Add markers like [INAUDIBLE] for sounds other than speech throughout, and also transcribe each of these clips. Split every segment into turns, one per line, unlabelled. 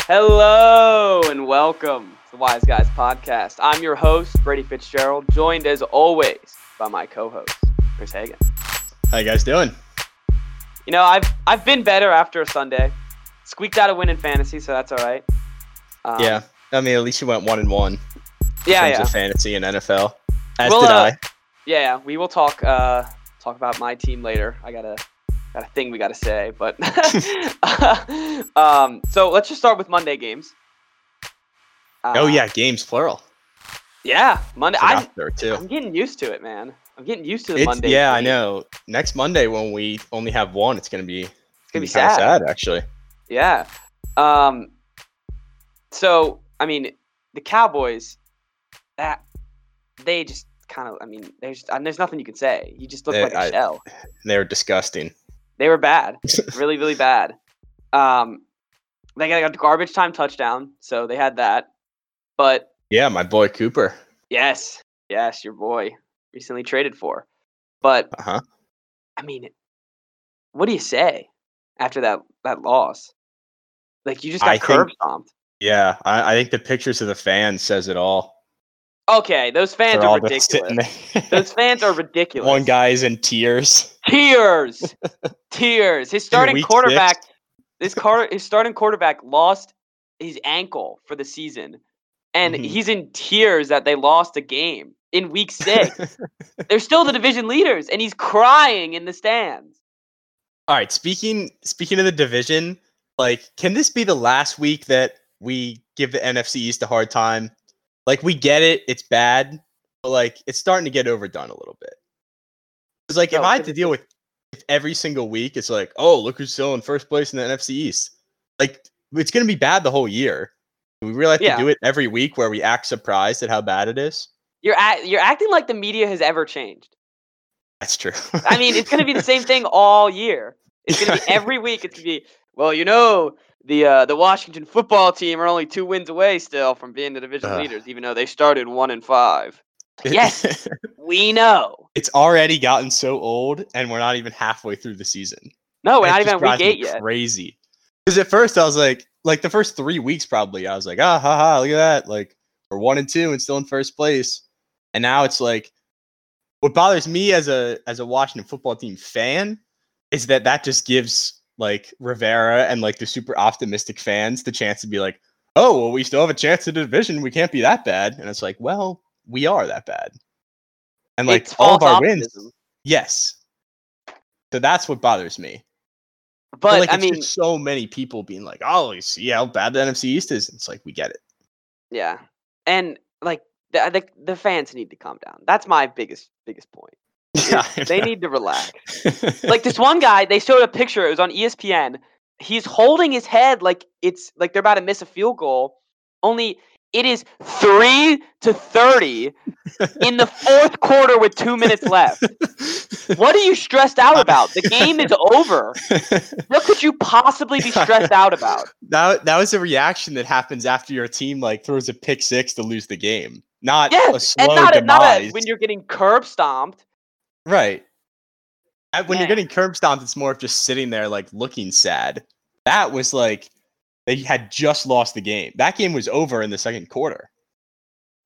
Hello and welcome to the Wise Guys Podcast. I'm your host, Brady Fitzgerald, joined as always by my co-host, Chris Hagan.
How you guys doing?
You know, I've I've been better after a Sunday. Squeaked out a win in fantasy, so that's all right. Um,
yeah, I mean, at least you went one and one in
yeah,
terms
yeah.
of fantasy and NFL. As
Well,
did
uh,
I.
yeah, yeah. We will talk uh, talk about my team later. I got a got a thing we got to say,
[LAUGHS]
but [LAUGHS] um, so let's just start with Monday games. Uh,
oh yeah, games plural.
yeah, Monday.
Forgot
I'm,
there too.
I'm getting used to it, man. I'm getting used to the
It's,
Monday.
yeah, I
thing.
know. Next Monday when we only have one, it's gonna be it's
It's gonna be
kinda
sad.
sad actually.
Yeah. Um. So I mean, the Cowboys, that they just kind of. I mean, there's just, and there's nothing you can say. You just look
Yeah,
like a
I-
shell.
They're disgusting.
They were
[LAUGHS]
bad, really, really bad. Um, they got a garbage time touchdown, so they had that. But
Yeah, my boy Cooper.
yes, yes, your boy recently traded for. But
Uh huh.
I mean, what do you say after that that loss? Like you just
I
got
think-
curb stomped.
Yeah, I, I think the pictures of the fans says it all.
Okay, those fans
They're
are
all
ridiculous.
just sitting there.
Those fans are ridiculous.
[LAUGHS] one guy's in tears. [LAUGHS]
tears, tears. His starting
week
quarterback, this car, his starting quarterback lost his ankle for the season, and
Mhm.
he's in tears that they lost a game in week six.
[LAUGHS]
They're still the division leaders, and he's crying in the stands.
All right, speaking speaking of the division, like can this be the last week that we give the NFC East a hard time? Like we get it, it's bad, but like it's starting to get overdone a little bit. It's like if
No,
I had
it-
to deal with if every single week it's like, "Oh, look who's still in first place in the NFC East." Like it's going to be bad the whole year. Do we really have
Yeah.
to do it every week where we act surprised at how bad it is?
You're act, you're acting like the media has ever changed.
That's true.
I mean,
[LAUGHS]
it's gonna be the same thing all year. It's gonna be every week. It's gonna be well, you know, the uh, the Washington football team are only two wins away still from being the division
Ugh.
leaders, even though they started one and five. Yes, we know.
it's already gotten so old and we're not even halfway through the season.
No, we're
It
Oh, not
just
even at
drives
week
me
eight yet.
Crazy. Because at first I was like, like the first three weeks probably, I was like, ah, ha, ha, look at that. Like we're one and two and still in first place. And now it's like, what bothers me as a as a Washington football team fan is that that just gives like Rivera and like the super optimistic fans the chance to be like, oh, well, we still have a chance at the division. We can't be that bad. And it's like, well, we are that bad. And like
It's
all of
false
our
optimism.
wins, yes. So that's what bothers me. But,
But
like,
I
it's just
mean,
so many people being like, "Oh, you see how bad the NFC East is." It's like
[LAUGHS]
we get it.
yeah, and like the, the the fans need to calm down. That's my biggest biggest point.
[LAUGHS] Yeah,
They need to relax.
[LAUGHS]
like this one guy, they showed a picture. It was on E ESPN. He's holding his head like it's like they're about to miss a field goal. Only it is three to
[LAUGHS]
thirty in the fourth quarter with two minutes left. What are you stressed
[LAUGHS]
out about? The game is over. What could you possibly be stressed out about?
that that was a reaction that happens after your team like throws a pick six to lose the game, not [LAUGHS] a
Yes,
slow
and not a, not a,
demise.
when you're getting curb stomped.
right. At- when you're
Man.
getting curb stomped, it's more of just sitting there like looking sad. That was like they had just lost the game. That game was over in the second quarter.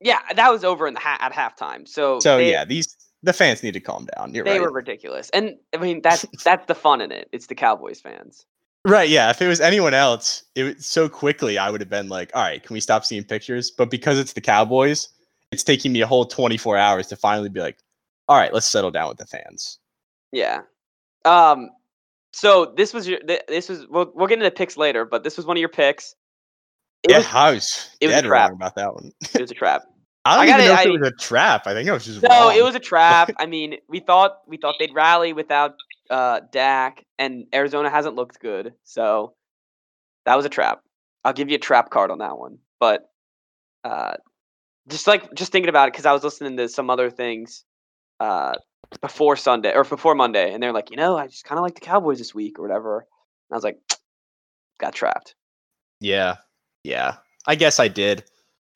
Yeah, that was over in the ha- at halftime. So
So
Oh, they-
yeah, these the fans need to calm down. You're
they
right.
were ridiculous. And I mean that's that's the fun in it. It's the Cowboys fans.
Right, yeah. If it was anyone else, it would so quickly I would have been like, all right, can we stop seeing pictures? But because it's the Cowboys, it's taking me a whole 24 hours to finally be like, all right, let's settle down with the fans.
Yeah. Um. So this was your. th- This was. We'll, we'll get into picks later, but this was one of your picks. It,
yeah,
was,
I was
it was a
dead
trap.
wrong about that one. [LAUGHS]
it was a trap.
I
I
don't
got
even know
it,
if it was a trap. I think I was just
No, it
wrong.
was a
[LAUGHS]
trap. I mean, we thought we thought they'd rally without uh Dak, and Arizona hasn't looked good, so that was a trap. I'll give you a trap card on that one, but uh, just like just thinking about it, because I was listening to some other things uh before Sunday or before Monday, and they're like, you know, I just kind of like the Cowboys this week or whatever. And I was like, got trapped.
Yeah, yeah. I guess I did.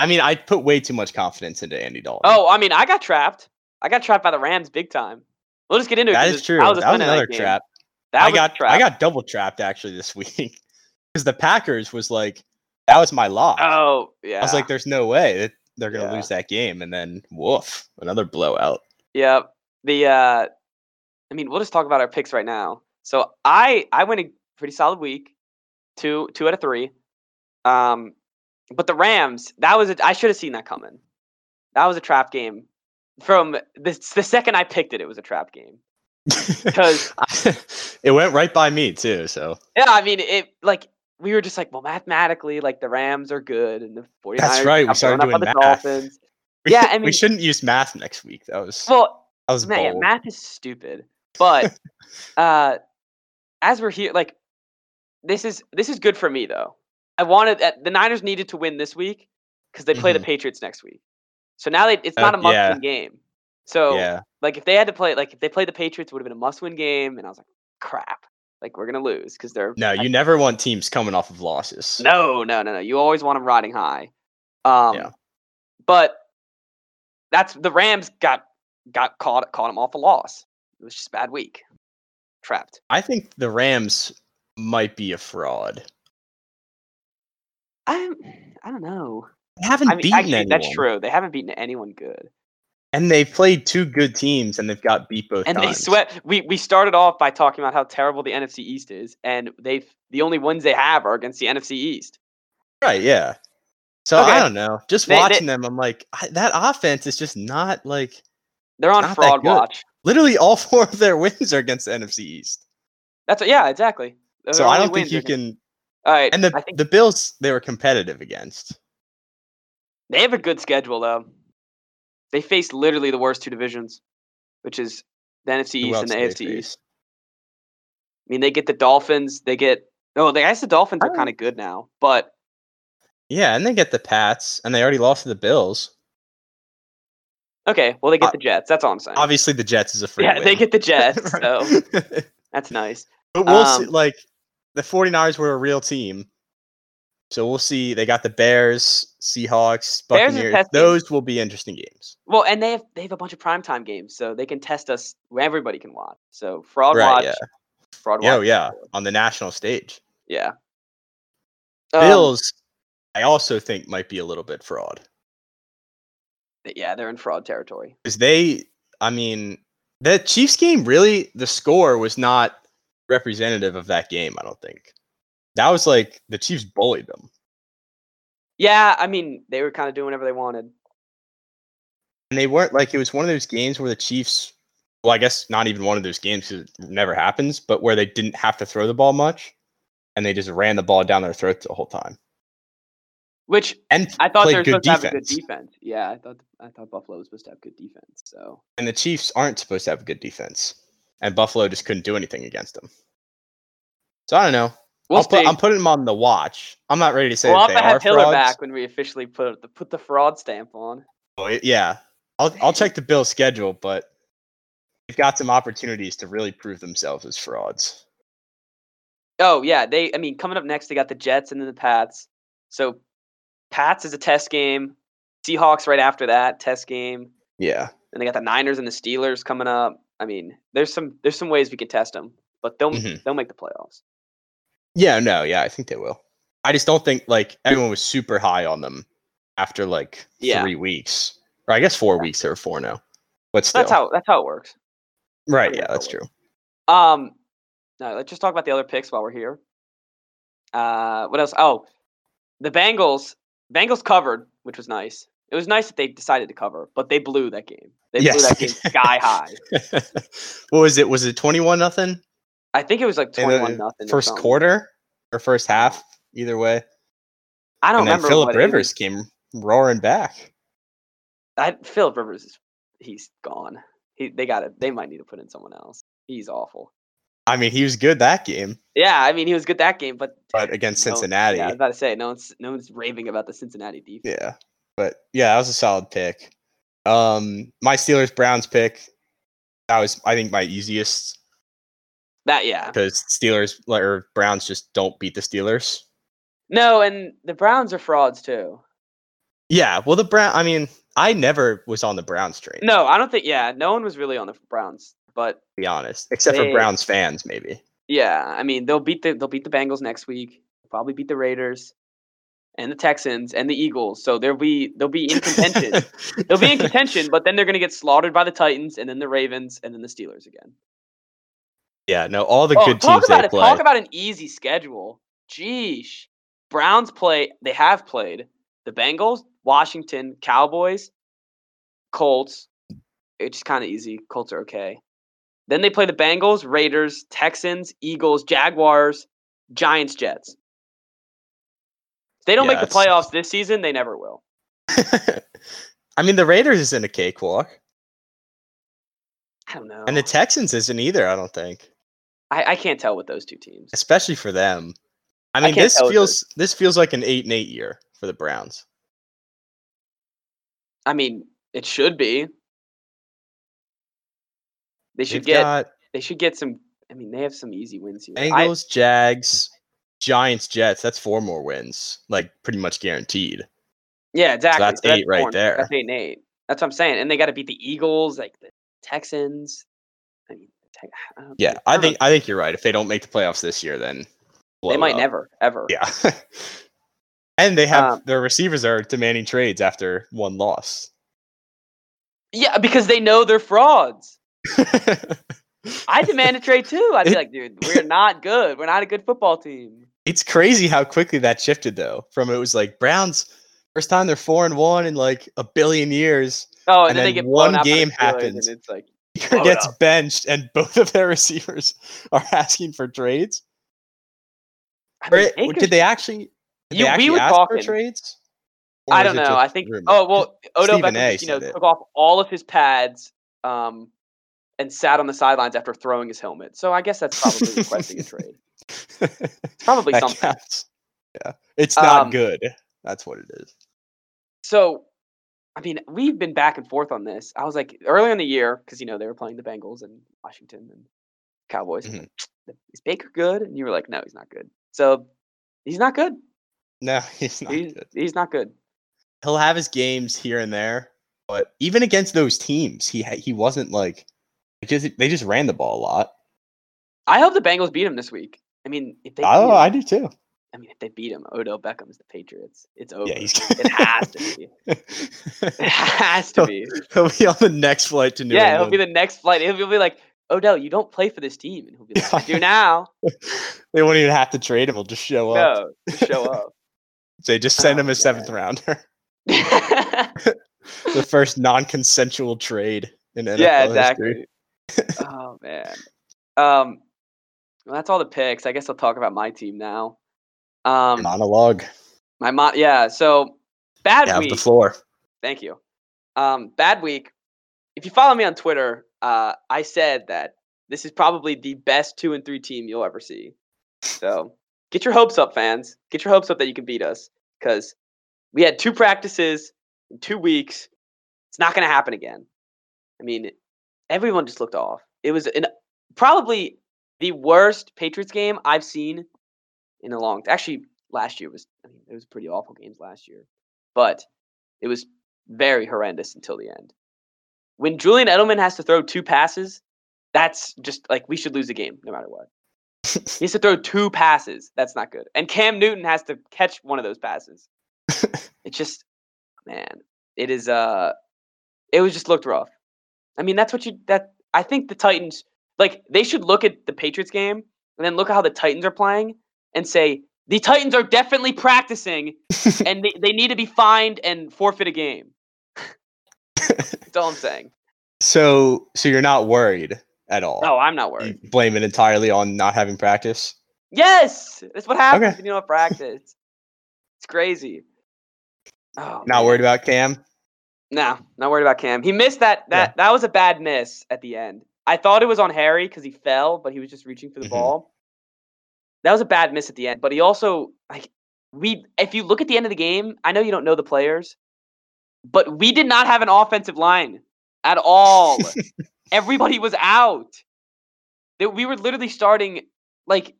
I mean, I put way too much confidence into Andy Dalton.
Oh, I mean, I got trapped. I got trapped by the Rams big time. We'll just get into it.
that
'cause
is
it's-
true.
I
That
was
was
a fan of
another
game.
trap.
That
I
was a
got
trap.
[LAUGHS] I got double trapped actually this week because the Packers was like That was my lock.
Oh yeah.
I was like, there's no way that they're gonna
Yeah.
lose that game, and then woof, another blowout. [LAUGHS]
Yep. The uh I mean, we'll just talk about our picks right now. So I I went a pretty solid week. Two two out of three. Um but the Rams, that was a, I should have seen that coming. That was a trap game. From the s- the second I picked it, it was a trap
[LAUGHS]
game. Because
it went right by me too. So
yeah, I mean it like we were just like, well, mathematically, like the Rams are good and the 49ers
That's right, we
got
started
blown out by
doing
the
math.
Dolphins.
we-
Yeah, I mean-
[LAUGHS] we shouldn't use math next week. That was
Well,
that was
Ma- yeah,
bold.
math is stupid.
[LAUGHS]
But uh, as we're here, like this is this is good for me though. I wanted uh, the Niners needed to win this week because they play the
Mhm.
Patriots next week. So now they, it's not
Uh,
a must-win
yeah.
game. So
yeah,
like if they had to play, like if they played the Patriots, it would have been a must-win game. And I was like, crap, like we're gonna lose because they're
no, you never want teams coming off of losses.
no, no, no, no. You always want them riding high. Um,
Yeah.
But that's the Rams got got caught caught them off a loss. It was just a bad week. Trapped.
I think the Rams might be a fraud.
I I don't know.
They haven't
I mean,
beaten
actually,
anyone,
that's true. They haven't beaten anyone good,
and they've played two good teams, and they've got beat both
and they
times.
sweat. We we started off by talking about how terrible the NFC East is, and they've the only wins they have are against the NFC East.
Right, yeah. So
Okay.
I don't know. Just
They- they-
watching them, I'm like, I, that offense is just not like
They're on
Not that
fraud
good.
watch.
literally all [LAUGHS] four of their wins are against the NFC East.
That's yeah, exactly. Their
So I
only
don't think
wins are
you
against-
can.
All right,
And the
I think
the Bills they were competitive against.
They have a good schedule though. They face literally the worst two divisions, which is the NFC
Who
East and
else
the
did they
AFC East.
face?
I mean, they get the Dolphins. They get oh, they, I guess the Dolphins are
Oh.
kind of good now, but
Yeah, and they get the Pats, and they already lost to the Bills.
okay. Well, they get
Uh,
the Jets. That's all I'm saying.
Obviously, the Jets is a free
yeah,
win.
they get the Jets, so
[LAUGHS] Right.
that's nice.
[LAUGHS] but we'll see.
um,
Like the 49ers were a real team, so we'll see. They got the Bears, Seahawks,
Bears is
Buccaneers.
pesky.
Those will be interesting games.
Well, and they have they have a bunch of primetime games, so they can test us. where Everybody can watch. So fraud
Right,
watch,
yeah.
fraud
Oh
watch.
yeah, on the national stage.
Yeah, Um,
Bills, I also think might be a little bit fraud
yeah, they're in fraud territory.
because they, I mean, that Chiefs game really the score was not representative of that game. I don't think that was like the Chiefs bullied them.
Yeah, I mean they were kind of doing whatever they wanted.
and they weren't like it was one of those games where the Chiefs. Well, I guess not even one of those games 'cause it never happens, but where they didn't have to throw the ball much, and they just ran the ball down their throats the whole time
Which
and
I thought they
played
were
good
supposed to have a good
defense.
defense. Yeah, I thought I thought Buffalo was supposed to have good defense. So
And the Chiefs aren't supposed to have a good defense, and Buffalo just couldn't do anything against them. So I don't know.
we'll
I'll put,
see.
I'm putting them on the watch. I'm not ready to say
we'll
that
have
they
to
are
have Hiller
frauds.
back when we officially put the, put the fraud stamp on.
Oh, it- Yeah, I'll I'll check the Bills' schedule, but they've got some opportunities to really prove themselves as frauds.
Oh yeah, they. I mean, coming up next, they got the Jets and then the Pats. So Pats is a test game. Seahawks right after that test game,
Yeah,
and they got the Niners and the Steelers coming up. I mean, there's some there's some ways we can test them, but they'll
Mhm.
they'll make the playoffs.
yeah, no, yeah, I think they will. I just don't think like everyone was super high on them after like
Yeah.
three weeks, or I guess four weeks. They were four now, but still,
That's how that's how it works.
right?
okay,
Yeah,
how
that's
it
true.
Um, no, let's just talk about the other picks while we're here. Uh, what else? Oh, the Bengals. Bengals covered, which was nice. It was nice that they decided to cover, but they blew that game. They blew
Yes,
that
they [LAUGHS]
game sky high.
what was it? Was it twenty-one nothing?
I think it was like
In the
twenty-one nothing.
uh, first quarter or first half, either way.
I don't
And then
remember.
Philip
what it
Rivers came roaring back.
was. I, Philip Rivers is he's gone. He, they got to They might need to put in someone else. He's awful.
I mean, he was good that game,
Yeah, I mean he was good that game, but
but against
no- Oh,
Cincinnati,
yeah, I
yeah,
was about to say no one's no one's raving about the Cincinnati defense.
But yeah, that was a solid pick. Um, my Steelers Browns pick. That was, I think, my easiest
That yeah,
because Steelers or Browns just don't beat the Steelers.
no, and the Browns are frauds too.
Yeah, well, the Brown. I mean, I never was on the Browns train. to
No, I don't think. Yeah, no one was really on the Browns, but
be honest, except for
They-
Browns fans, maybe.
yeah, I mean they'll beat the they'll beat the Bengals next week. Probably beat the Raiders. and the Texans and the Eagles. So they'll be they'll be in [LAUGHS] contention. they'll be in contention, but then they're going to get slaughtered by the Titans and then the Ravens and then the Steelers again.
[LAUGHS] yeah, no, all the
oh,
good
talk
teams
about
they
it.
play.
Talk about an easy schedule. Jeez. Browns play. They have played the Bengals, Washington, Cowboys, Colts. It's just kind of easy. Colts are okay. Then they play the Bengals, Raiders, Texans, Eagles, Jaguars, Giants, Jets. If they don't
Yeah,
make the
that's-
playoffs this season, they never will.
[LAUGHS] I mean, the Raiders isn't a cakewalk,
I don't know.
and the Texans isn't either. I don't think,
I, I can't tell with those two teams.
especially for them. I
I
mean,
can't
this
tell with
feels this feels like an eight and eight year for the Browns.
I mean, it should be. They should
They've
get
got
they should get some I mean, they have some easy wins here. I-
Bengals, Jags, Giants, Jets. That's four more wins, like pretty much guaranteed.
yeah, exactly.
that's eight right
four-
there.
That's eight and eight. That's what I'm saying. And they got to beat the Eagles, like the Texans. I mean, the Tex- I don't-
Yeah, I
don't know.
think I think you're right. If they don't make the playoffs this year, then blow
they might
up.
never, ever.
Yeah, [LAUGHS] and they have
Um,
their receivers are demanding trades after one loss. [LAUGHS]
yeah, because they know they're frauds. I demand a trade too. I'd be
It-
like, dude, we're not good. We're not a good football team.
it's crazy how quickly that shifted though. From it was like Browns first time they're four and one in like a billion years.
Oh, and,
And
then, they
then
get blown
one
out by the
game
Steelers,
happens.
and it's like,
Baker
Blow it
gets benched, and [LAUGHS] both of their receivers are asking for trades.
I
Or
mean,
it- or
Baker's-
did they actually?
You-
Did they
we
actually
were
ask
talking.
for trades? Or
I
is
don't
it
know.
just
I think.
rumor?
Oh
[LAUGHS]
well, Odo
Stephen
Beckham
A
just, you know
said it.
took off all of his pads, um, and sat on the sidelines after throwing his helmet. So I guess that's probably requesting
[LAUGHS]
a trade. It's probably
That
something.
counts. Yeah, it's not
Um,
good. That's what it is.
So, I mean, we've been back and forth on this. I was like earlier in the year because you know they were playing the Bengals and Washington and Cowboys.
Mm-hmm.
I was like, Is Baker good? And you were like, No, he's not good. So he's not good.
No, [LAUGHS] he's not
he's,
good.
he's not good.
He'll have his games here and there, but even against those teams, he ha- he wasn't like because they just ran the ball a lot.
I hope the Bengals beat him this week. I mean, if they beat
Oh,
him-
I do too.
I mean, if they beat him, Odell Beckham's the Patriots. It's over.
Yeah, he's
It has to be. [LAUGHS] It has to be.
[LAUGHS] he'll be on the next flight to New
yeah,
England.
he'll be the next flight. He'll, he'll be like, Odell, you don't play for this team, and he'll be like, I [LAUGHS] do now.
they won't even have to trade him. He'll just show up.
no, just show [LAUGHS] up.
They just send
Oh,
him a seventh rounder. [LAUGHS]
yeah,
the first non-consensual trade in NFL history.
exactly. oh man. Um, well, that's all the picks. I guess I'll talk about my team now. Um,
Monologue.
my mom. Yeah. So bad
Have
week.
the floor.
Thank you. Um, bad week. If you follow me on Twitter, uh, I said that this is probably the best two and three team you'll ever see. So get your hopes up, fans. Get your hopes up that you can beat us because we had two practices in two weeks. It's not going to happen again. I mean, everyone just looked off. It was an, probably the worst Patriots game I've seen in a long. Actually, last year was. I mean, it was pretty awful games last year, but it was very horrendous until the end. When Julian Edelman has to throw two passes, that's just like we should lose the game no matter what. he has to throw two passes. That's not good. And Cam Newton has to catch one of those passes. it's just man, it is uh it was just looked rough. I mean, that's what you that I think the Titans like they should look at the Patriots game and then look at how the Titans are playing and say the Titans are definitely practicing and they, they need to be fined and forfeit a game. That's all I'm saying.
So, so you're not worried at all.
No, I'm not
You
worried.
blame it entirely on not having practice.
Yes, that's what happens
Okay.
when you don't practice. It's crazy. Oh,
Not worried about Cam.
No, not worried about Cam. He missed that.
Yeah.
That that was a bad miss at the end. I thought it was on Harry because he fell, but he was just reaching for the
Mhm.
ball. That was a bad miss at the end. But he also like we. If you look at the end of the game, I know you don't know the players, but we did not have an offensive line at
[LAUGHS]
all. Everybody was out. That we were literally starting like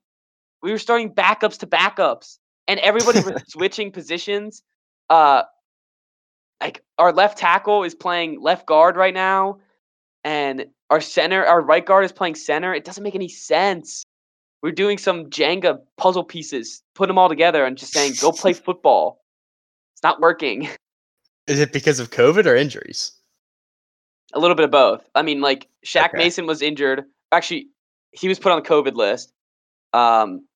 we were starting backups to backups, and everybody was switching positions. Uh, like our left tackle is playing left guard right now, and our center, our right guard is playing center. It doesn't make any sense. We're doing some Jenga puzzle pieces, put them all together, and just saying, "Go play football." It's not working.
Is it because of COVID or injuries?
A little bit of both. I mean, like Shaq
Okay.
Mason was injured. Actually, he was put on the COVID list. Um,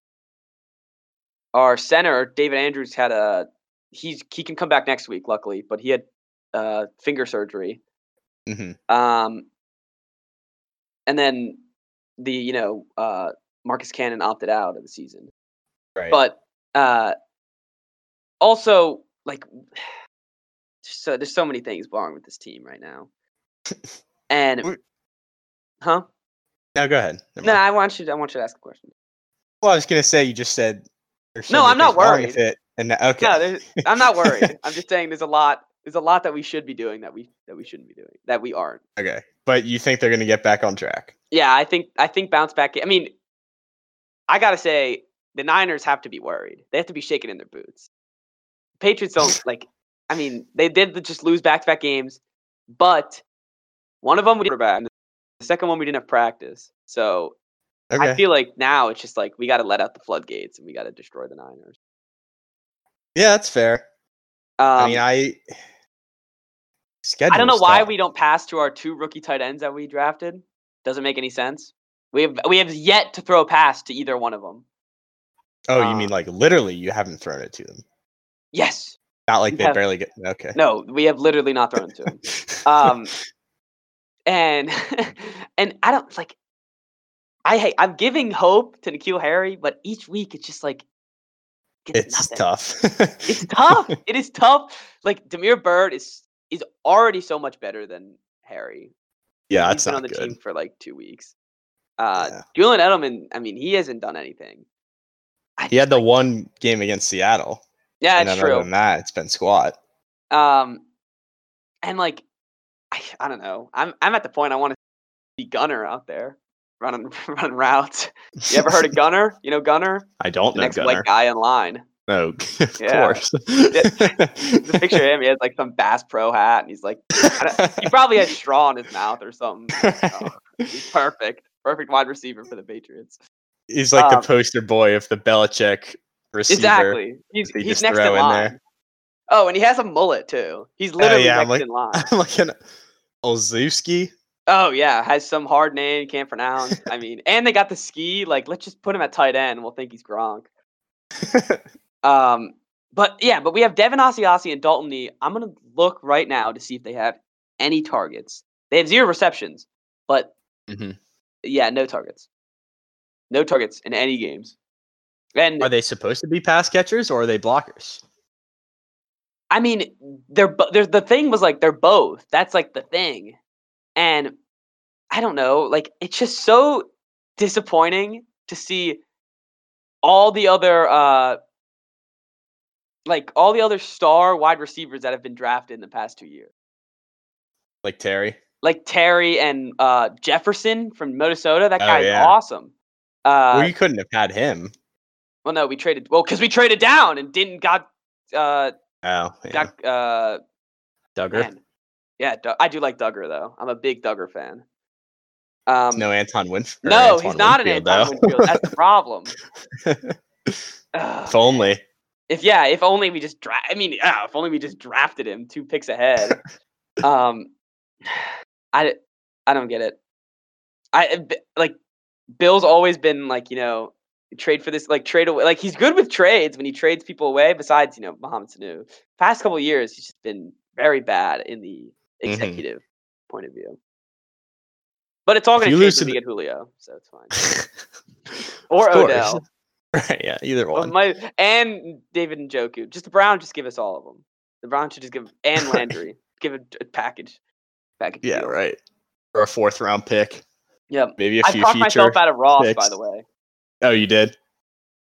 our center David Andrews had a he's he can come back next week, luckily, but he had uh, finger surgery.
hmm
Um, and then the you know uh, Marcus Cannon opted out of the season,
Right.
but uh, also like so there's so many things wrong with this team right now, and
We-
huh?
now go ahead. Never
No,
mind.
I want you. To, I want you to ask a question.
Well, I was gonna say you just said. there's so
No,
many
I'm not
things wrong with
worried.
it, and that- okay.
No, there's, I'm not worried. I'm just saying there's a lot. There's a lot that we should be doing that we that we shouldn't be doing that we aren't.
[LAUGHS] okay, but you think they're gonna get back on track?
Yeah, I think I think bounce back. I mean, I gotta say the Niners have to be worried. They have to be shaking in their boots. Patriots
[LAUGHS]
don't like. I mean, they did just lose back to back games, but one of them we didn't have quarterback. The second one we didn't have practice. So
Okay.
I feel like now it's just like we gotta let out the floodgates and we gotta destroy the Niners.
yeah, that's fair.
Um,
I mean, I. Schedule.
I don't know why we don't pass to our two rookie tight ends that we drafted. Doesn't make any sense. We have we have yet to throw a pass to either one of them.
Oh,
uh,
you mean like literally? You haven't thrown it to them.
Yes.
Not like they
Yeah.
barely get. Okay.
No, we have literally not thrown to him.
[LAUGHS]
Um, and [LAUGHS] and I don't like. I hate. I'm giving hope to Nikhil Harry, but each week it's just like gets
it's
nothing.
tough.
It's tough. it is tough. Like Demir Bird is is already so much better than Harry.
[LAUGHS] yeah,
He's
that's
been on
not
the
good.
team for like two weeks. Uh,
Yeah.
Julian Edelman, I mean, he hasn't done anything. I
He had the one game against Seattle.
yeah,
and
it's
then
true.
other than that, it's been squat.
Um, and like, I, I don't know. I'm I'm at the point I want to see Gunner out there running [LAUGHS] running routes. You ever heard of Gunner? You know Gunner,
[LAUGHS] I don't
the
know
next
Gunner.
white guy in
[LAUGHS]
line.
No,
[LAUGHS]
of
Yeah.
course.
Just picture him. He has like some Bass Pro hat, and he's like, he probably has straw in his mouth or something. Oh, he's perfect, perfect wide receiver for the Patriots.
[LAUGHS] He's like
Um,
the poster boy of the Belichick receiver.
Exactly. He's
they
he's
just
next in
throw in
line.
there. Oh,
Oh, and he has a mullet too. He's literally
yeah, I'm
next
like-
in line.
I'm [LAUGHS] like an Olszewski.
Oh yeah, has some hard name you can't pronounce. I mean, and they got the ski. Like, let's just put him at tight end. We'll think he's Gronk. um, but yeah, but we have Devin Asiasi and Dalton Nee. I'm gonna look right now to see if they have any targets. They have zero receptions, but yeah, no targets. No targets in any games. And
Are they supposed to be pass catchers or are they blockers?
I mean, they're bo- there's the thing was like they're both. That's like the thing, and I don't know. Like it's just so disappointing to see all the other uh like all the other star wide receivers that have been drafted in the past two years,
Like Terry.
like Terry and uh Jefferson from Minnesota. That
Oh,
guy's
yeah.
awesome. Uh,
well, you couldn't have had him.
well, no, we traded. Well, because we traded down and didn't got uh
Oh, yeah.
got uh
Duggar.
Man. Yeah, Dug- I do like Duggar though. I'm a big Duggar fan. Um,
no Anton Winf- or
no,
Antoine
he's not an
Winfield,
Anton
though.
Winfield. That's the
[LAUGHS]
problem. Ugh.
if only. [LAUGHS]
if yeah, if only we just dra- I mean, yeah, if only we just drafted him two picks
[LAUGHS]
ahead. um, I d- I don't get it. I I- b- like Bill's always been like you know trade for this like trade away like he's good with trades when he trades people away. Besides you know Mohamed Sanu, past couple years he's just been very bad in the
Mhm.
executive point of view. But it's all
If
going
you
to change
lose
when
to
we get Julio, so it's fine.
Of [LAUGHS]
Or
course.
Odell,
Right, yeah, either
Well,
one.
my- and David and Joku. Just the Browns, just give us all of them. The Browns should just give
[LAUGHS]
and Landry give a, a package. Package.
yeah,
deal.
right. Or a fourth round pick.
Yep.
Maybe a
I
few
talked
future.
myself out of Ross, by
picks.
the way.
Oh, you did?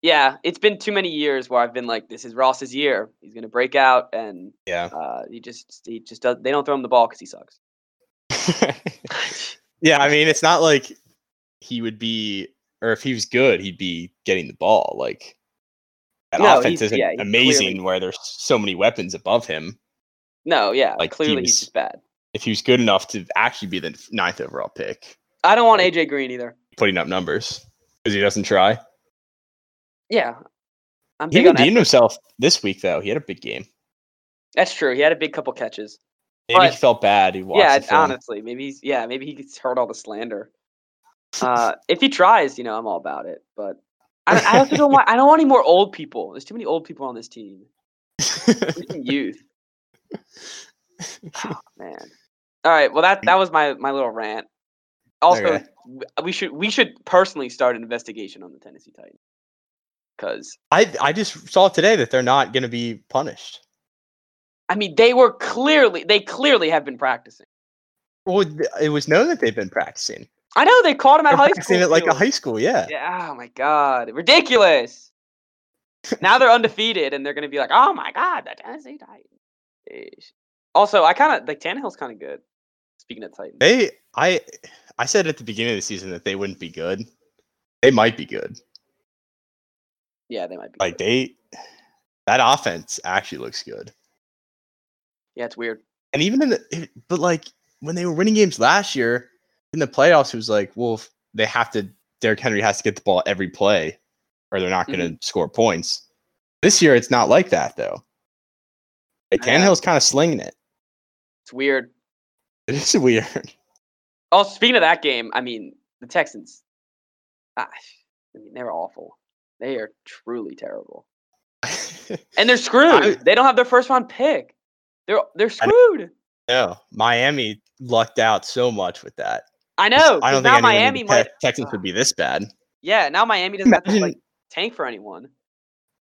Yeah, it's been too many years where I've been like, this is Ross's year. He's gonna break out, and [LAUGHS]
Yeah. [LAUGHS]
uh, he just he just does. They don't throw him the ball because he sucks.
yeah, I mean, it's not like he would be, or if he was good, he'd be getting the ball. Like, that
No,
offense
he's-
isn't
yeah, he's
amazing
clearly-
where there's so many weapons above him.
no, yeah,
Like, he
clearly
was-
he's just bad.
If he was good enough to actually be the ninth overall pick,
I don't want AJ Green either.
putting up numbers because he doesn't try.
Yeah, I'm
He
big on.
redeemed himself this week, though. He had a big game.
That's true. He had a big couple catches.
Maybe
But-
he felt bad. He watched
yeah,
the film.
honestly, maybe he's yeah, maybe he's heard all the slander. Uh, if he tries, you know, I'm all about it. But I, don't- I also don't want I don't want any more old people. There's too many old people on this team. We need
[LAUGHS]
youth. Oh, man. All right. Well, that that was my my little rant. Also,
Okay.
w- we should we should personally start an investigation on the Tennessee Titans because
I I just saw today that they're not going to be punished.
I mean they were clearly they clearly have been practicing.
Well, th- it was known that they've been practicing.
I know they caught him at
They're
high
practicing
school.
at like a
field.
high school, yeah.
Yeah, oh my god. Ridiculous. now they're undefeated and they're gonna be like, oh my god, the Tennessee Titans. Yeesh. Also, I kinda like Tannehill's kinda good. Speaking of Titans.
They I I said at the beginning of the season that they wouldn't be good. They might be good.
yeah, they might be
Like
good.
they that offense actually looks good.
Yeah, it's weird.
And even in the it- but like when they were winning games last year in the playoffs, it was like, well, if they have to Derrick Henry has to get the ball every play or they're not gonna score points. This year it's not like that though. Like
I know.
Tannehill's kind of slinging it. [LAUGHS]
It's weird.
It is weird. [LAUGHS]
Oh, speaking of that game, I mean the Texans. Ah, I mean they're awful. They are truly terrible, and they're screwed.
I-
they don't have their first round pick. They're they're
I
screwed.
no, Miami lucked out so much with that.
I, know. 'cause
I don't
now
think
Miami
Miami
might.
Texans would be this bad.
Yeah, now Miami doesn't have to like
Imagine-
tank for anyone.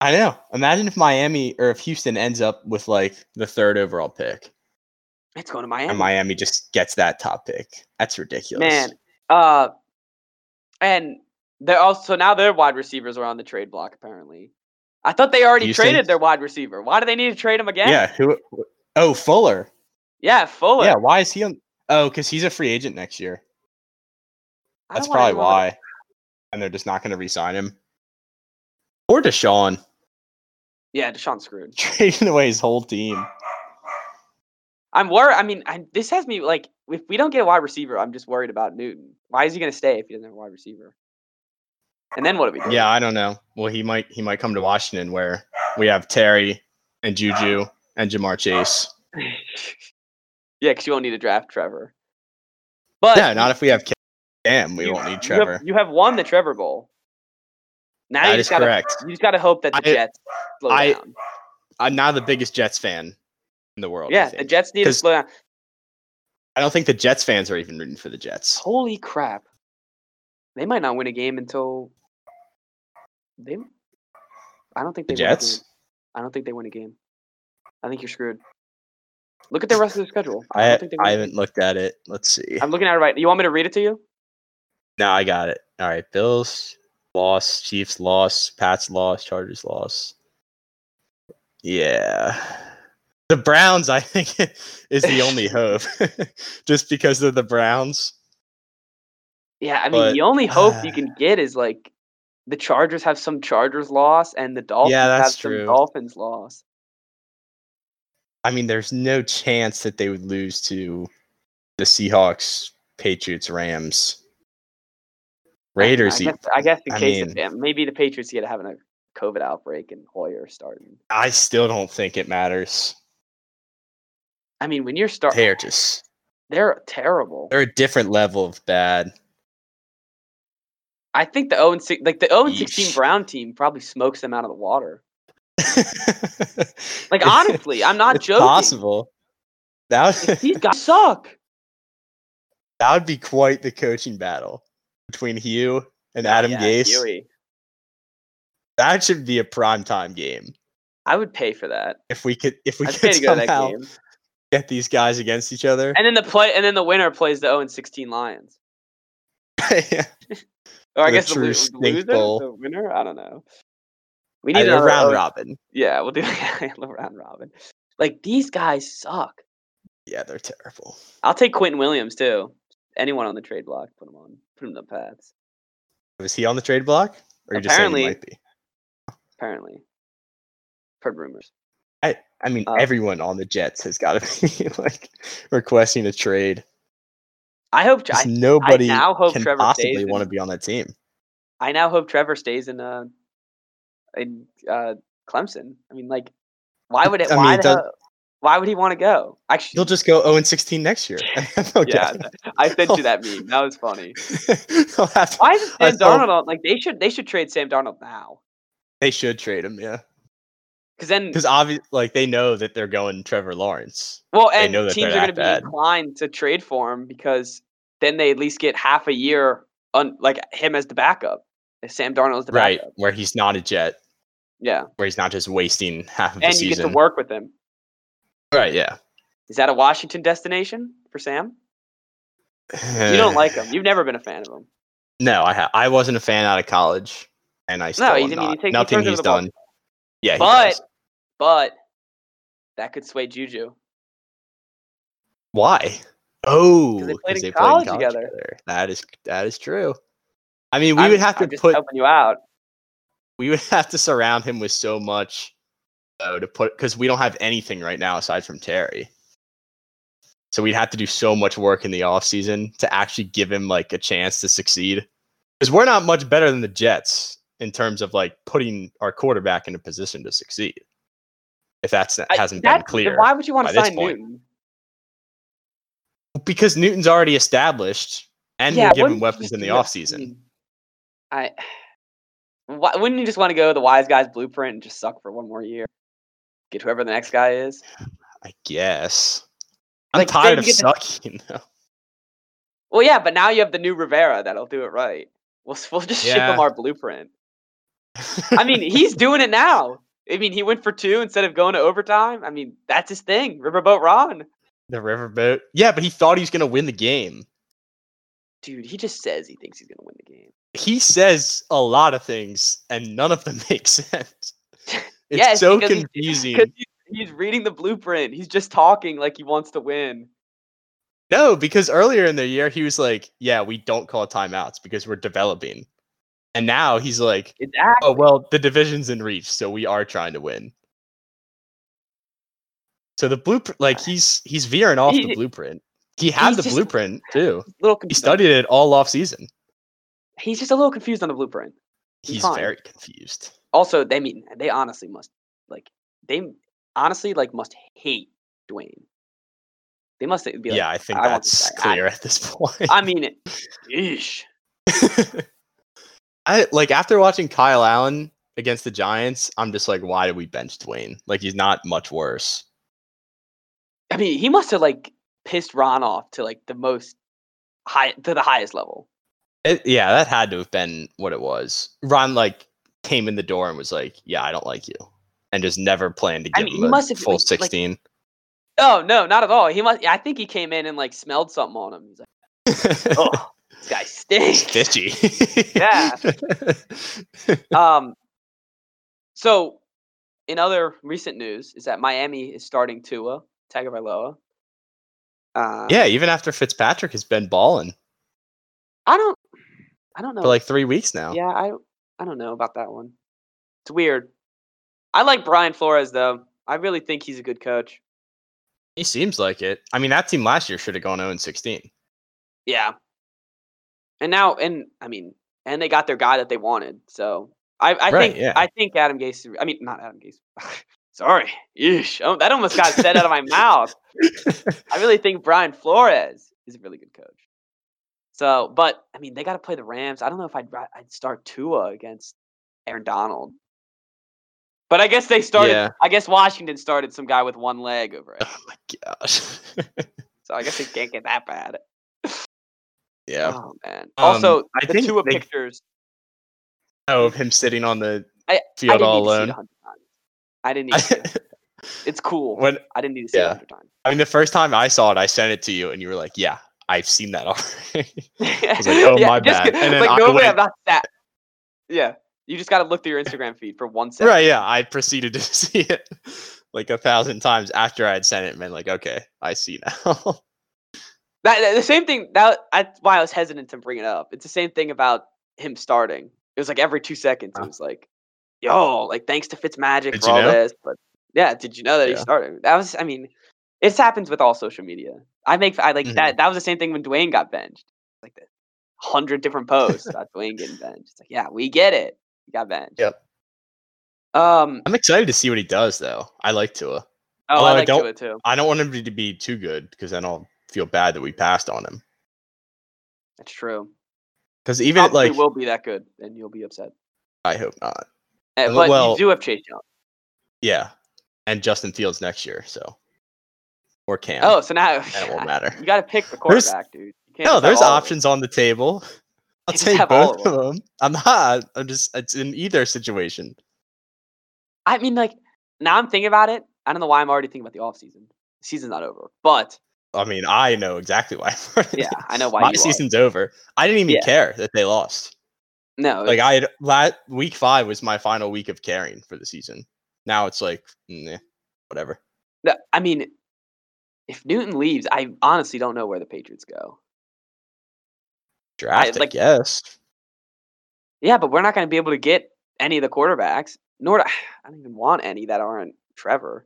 I know. Imagine if Miami or if Houston ends up with like the third overall pick,
It's going to Miami.
and Miami just gets that top pick. That's ridiculous.
Man, uh, and they're also now their wide receivers are on the trade block. Apparently, I thought they already
Houston?
traded their wide receiver. Why do they need to trade him again?
Yeah. Who? Oh, Fuller.
yeah, Fuller.
Yeah. Why is he on? Oh, because he's a free agent next year.
I don't
That's
want
probably
anyone to-
why. And they're just not going to re-sign him. Or Deshaun [LAUGHS]
Yeah, Deshaun's screwed.
trading away his whole team.
I'm worried. I mean, I, this has me like, if we don't get a wide receiver, I'm just worried about Newton. Why is he going to stay if he doesn't have a wide receiver? And then what do we do?
Yeah, I don't know. Well, he might he might come to Washington where we have Terry and Juju and Jamar Chase.
yeah, because you won't need to draft Trevor. But
Yeah, not if we have Cam, we
you-
won't need
you have-
Trevor.
You have, won the Trevor Bowl. Now you
that
just
is
gotta,
correct.
you just got to hope that the
I-
Jets slow
I-
down.
I'm now the biggest Jets fan in the world. I
Yeah, the
think.
Jets need to
'Cause-
slow down.
I don't think the Jets fans are even rooting for the Jets.
Holy crap! They might not win a game until they. I don't think they
The
win a game.
Jets?
I don't think they win a game. I think you're screwed. Look at the rest of the schedule.
I
don't
I,
think they win.
haven't looked at it. Let's see.
I'm looking at it right. You want me to read it to you?
No, I got it. All right, Bills lost, Chiefs lost, Pats lost, Chargers lost. Yeah. The Browns, I [LAUGHS] think, is the
[LAUGHS]
only hope, [LAUGHS] just because of the Browns.
Yeah, I mean,
But,
the only hope you
[SIGHS] uh,
can get is like the Chargers have some Chargers loss and the Dolphins have
that's
some
true.
Dolphins loss.
I mean, there's no chance that they would lose to the Seahawks, Patriots, Rams,
I-
Raiders.
I
e-
guess, I guess in
I
case of
mean-
yeah, maybe the Patriots get having a COVID outbreak and Hoyer starting.
I still don't think it matters.
I mean, when you're starting,
They're just
they're terrible.
they're a different level of bad.
I think the 0 and 6, like the 0 and 16
Yeesh.
Brown team probably smokes them out of the water. [LAUGHS] Like honestly, I'm not
[LAUGHS] it's
joking.
possible. That would, [LAUGHS]
These guys suck.
that would be quite the coaching battle between Hugh and Adam
Yeah,
Gase.
Huey.
That should be a primetime game.
I would pay for that.
If we could, if we
I'd pay
could
to go to that
somehow
game.
get these guys against each other.
And then the play, and then the winner plays the 0 and 16 Lions.
[LAUGHS] Yeah.
Or I
The
guess the,
true
lo- the
stink
loser,
bowl.
the winner. I don't know. We
And
need
a
another
round
O-
robin.
Yeah, we'll do [LAUGHS] a round robin. Like these guys suck.
Yeah, they're terrible.
I'll take Quentin Williams too. Anyone on the trade block, put him on, put him in the pads.
Was he on the trade block? Or you just saying
Apparently.
he might be?
Apparently, heard rumors.
I mean,
Uh,
everyone on the Jets has got to [LAUGHS] be like requesting a trade.
I hope.
Just
I,
nobody
now hope
can
Trevor
possibly
stays
want to
in-
be on that team.
I now hope Trevor stays in uh in uh Clemson. I mean, like, why would it?
I mean,
Why
it
the
does-
hell- Why would he want to go? [LAUGHS]
He'll
Actually,
just go 0 and 16 next year. [LAUGHS] NFL
yeah,
draft.
I sent you that meme. That was funny.
[LAUGHS] He'll have to-
Why is
I
Sam
saw-
Darnold on- like they should they should trade Sam Darnold now
they should trade him, yeah,
because then
because obviously, like they know that they're going Trevor Lawrence.
well and
know that
teams are
they're
going to
that
be
bad.
inclined to trade for him because then they at least get half a year on like him as the backup. If Sam Darnold is the
right,
backup.
where he's not a jet,
Yeah,
where he's not just wasting half of
and
the
you get
season.
to work with him.
Right, yeah.
Is that a Washington destination for Sam? You
[SIGHS]
don't like him. You've never been a fan of him.
No, I ha- I wasn't a fan out of college, and I still
he's- I mean,
am
he
not.
takes- he
Nothing
turns over
he's
the ball.
done. Yeah, he
But-
does.
But that could sway Juju.
why? Oh,
'Cause they played
'cause
in college together.
That is that is true. I mean, we
I'm-
would have to
I'm just
put
helping you out.
we would [LAUGHS] have to surround him with so much though to put because we don't have anything right now aside from Terry. So we'd have to do so much work in the offseason to actually give him like a chance to succeed. Because we're not much better than the Jets in terms of like putting our quarterback in a position to succeed. If that's
I-
hasn't been
that's-
clear.
Why would you want
by
to
this
sign
point.
Newton?
Because Newton's already established and
Yeah,
we're given
wouldn't you
weapons
just
in the
do that?
offseason.
Mm. I [SIGHS] why, wouldn't you just want to go the wise guy's blueprint and just suck for one more year? Get whoever the next guy is.
I guess. I'm
Like, then
tired
you
of
get to-
sucking [LAUGHS] though.
Well, yeah, but now you have the new Rivera that'll do it right. We'll s- [LAUGHS] we'll just ship
Yeah.
him our blueprint. I
[LAUGHS]
mean, he's doing it now. I mean, he went for two instead of going to overtime. I mean, that's his thing. Riverboat Ron.
The riverboat. Yeah, but he thought he was going to win the game.
Dude, he just says he thinks he's gonna win the game.
He says a lot of things, and none of them [LAUGHS] make sense. It's
Yes,
so
because he's-
confusing.
Because he's, he's reading the blueprint. He's just talking like he wants to win.
no, because earlier in the year he was like, "Yeah, we don't call timeouts because we're developing," and now he's like,
It's act-
"Oh well, the division's in reach, so we are trying to win." So the blueprint, like he's he's veering off
He-
the blueprint. He had
he's
the
just-
blueprint too.
a little
He
confused. on-
studied it all off season.
He's just a little confused on the blueprint. He's
He's
fine.
very confused.
Also, they mean they honestly must like they honestly like must hate Dwayne. They must be like,
yeah, I think
"I want this
that's
guy. I-
clear at this [LAUGHS] point.
I mean it. Yeesh.
I like after watching Kyle Allen against the Giants, I'm just like, why did we bench Dwayne? Like he's not much worse.
I mean, he must have like pissed Ron off to like the most high to the highest level.
It- yeah, that had to have been what it was. Ron like came in the door and was like, "Yeah, I don't like you," and just never planned to
I
give
mean, he
him a
must have,
full
like- like-
sixteen.
Oh no, not at all. He must. I think he came in and like smelled something on him. He's like, [LAUGHS]
[LAUGHS]
oh, this guy [LAUGHS]
It's
stinks.
fishy.
Yeah. Um, so, in other recent news, is that Miami is starting Tua Tagovailoa. Uh,
[LAUGHS] yeah. Even after Fitzpatrick has been balling
I don't, I don't know.
for like three weeks now.
Oh. yeah, I, I don't know about that one. It's weird. I like Brian Flores though. I really think he's a good coach.
He seems like it. I mean, that team last year should have gone 0 16.
Yeah. And now, and I mean, and they got their guy that they wanted. So I, I
Right,
think,
yeah.
I think Adam Gase. I mean, not Adam Gase. [LAUGHS] Sorry, Yeesh. Oh, that almost got said out of my mouth. I really think Brian Flores is a really good coach. So, but I mean, they got to play the Rams. I don't know if I'd ra- I'd start Tua against Aaron Donald. But I guess they started.
Yeah.
I guess Washington started some guy with one leg over
[LAUGHS]
it.
Oh my gosh.
So I guess they can't get that bad. [LAUGHS]
yeah.
Oh man.
Um,
Also,
I
the
think
Tua
they-
pictures.
Oh, of him sitting on the
I
field
didn't
all
need to see it
alone.
100 times. I
[LAUGHS]
didn't need to see it. It's cool.
when
I didn't need to see it
Yeah.
a 100
[LAUGHS]
times.
I mean, the first time I saw it, I sent it to you, and you were like, "Yeah, I've seen that already." [LAUGHS]
[LAUGHS]
was like, "Oh, my
just
bad."
go-
And then
like,
I
normally
went-
I'm not that. Yeah. You just got to look through your Instagram feed for one second.
[LAUGHS] right? Yeah, I proceeded to [LAUGHS] see it like a thousand times after I had sent it, and been like, "Okay, I see now." [LAUGHS]
That, that- the same thing, that, that's why I was hesitant to bring it up. It's the same thing about him starting. It was like every two seconds,
Uh.
it was like, yo, like, thanks to Fitzmagic
Did
for
you
all
know?
this. But yeah, did you know that
Yeah.
he started? That was, I mean, it happens with all social media. I make, I like
Mhm.
that. That was the same thing when Dwayne got benched. Like the hundred different
[LAUGHS]
posts about Dwayne getting benched. It's like, yeah, we get it. He got benched.
Yep.
Um,
I'm excited to see what he does, though. I like Tua.
Oh,
Oh,
I
I
like
don't-
Tua too.
I don't want him to be too good because then I'll feel bad that we passed on him.
That's true.
Because even at,
Probably
like,
will be that good, and you'll be upset.
I hope not.
Eh,
Uh,
But
well-
you do have Chase Young.
Yeah, and Justin Fields next year, so or Cam.
Oh, so now
and
[LAUGHS]
it won't matter.
you got to pick the
There's-
quarterback, dude. You can't just
No,
have
there's
all of them.
options on the table. [LAUGHS] I'll
just
take
have all
both
of
of them. I'm not. I'm just. It's in either situation.
I mean, like now I'm thinking about it. I don't know why I'm already thinking about the offseason. The season's not over, but
I mean, I know exactly why. I'm [LAUGHS] running
yeah,
it.
I know why.
My
you are.
season's over. I didn't even
Yeah. Oh,
care that they lost.
No,
Like I had la week five was my final week of caring for the season. Now it's like, nah, whatever.
no, I mean, if Newton leaves, I honestly don't know where the Patriots go.
Draft, I,
like-
guess.
Yeah, but we're not going to be able to get any of the quarterbacks. Nor do [SIGHS] I don't even want any that aren't Trevor.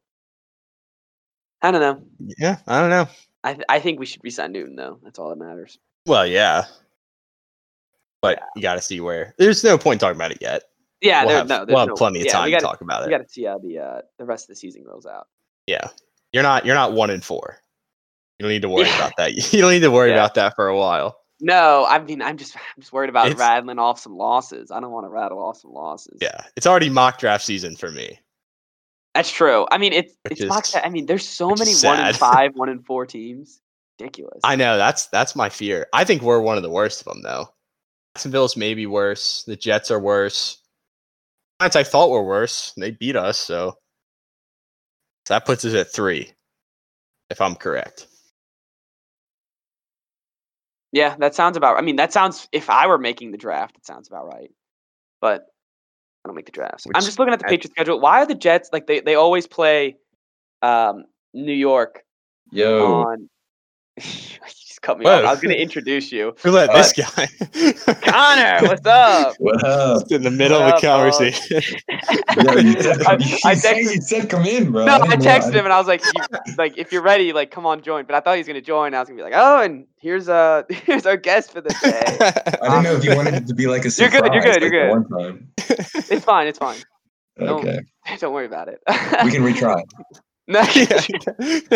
I don't know.
Yeah, I don't know.
I th- I think we should resign Newton though. That's all that matters.
Well, yeah, but you got to see where. There's no point talking about it yet.
Yeah,
we'll
there,
have,
no,
we'll
there's
have
no-
plenty of
yeah,
time
we gotta,
to talk about
We
it.
got to see how the uh, the rest of the season rolls out.
Yeah. You're not you're not one in four. You don't need to worry
Yeah.
about that. [LAUGHS] You don't need to worry
Yeah.
about that for a while.
No, I mean I'm just I'm just worried about
It's-
rattling off some losses. I don't want to rattle off some losses.
Yeah. It's already mock draft season for me.
that's true. I mean it's
Which
it's mock
is-
draft- I mean there's so
which
many
is
one in
sad.
five, one in four teams. Ridiculous.
I know that's that's my fear. I think we're one of the worst of them though. Jacksonville's maybe worse. The Jets are worse. Giants I thought were worse. They beat us, so so that puts us at three, if I'm correct.
yeah, that sounds about. I mean that sounds. If I were making the draft, it sounds about right. But I don't make the drafts. I'm
Which
just looking at the
I-
Patriots schedule. Why are the Jets like they they always play um, New York
Yo,
on? [LAUGHS] you just cut me off. I
Whoa.
was going to introduce you,
Who let this guy [LAUGHS]
Connor. [LAUGHS] What's up?
what up?
[LAUGHS]
Just in the middle of
What
a
up, dog? [LAUGHS]
conversation? [LAUGHS]
[LAUGHS] Yo, you said
I-
come, you,
I
said-
texted-
you said come in, bro.
No, I
didn't know.
texted him and I was like, you, like if you're ready, like come on join. But I thought he was gonna join. I was gonna be like, oh, and here's uh [LAUGHS] here's our guest for the
[LAUGHS]
day.
I didn't know if
[LAUGHS]
you wanted it to be like a
You're
surprise.
good, you're good,
like
you're
that One time.
it's fine, it's fine. [LAUGHS] No.
Okay,
Don't worry about it.
we
[LAUGHS]
can retry.
No. [LAUGHS]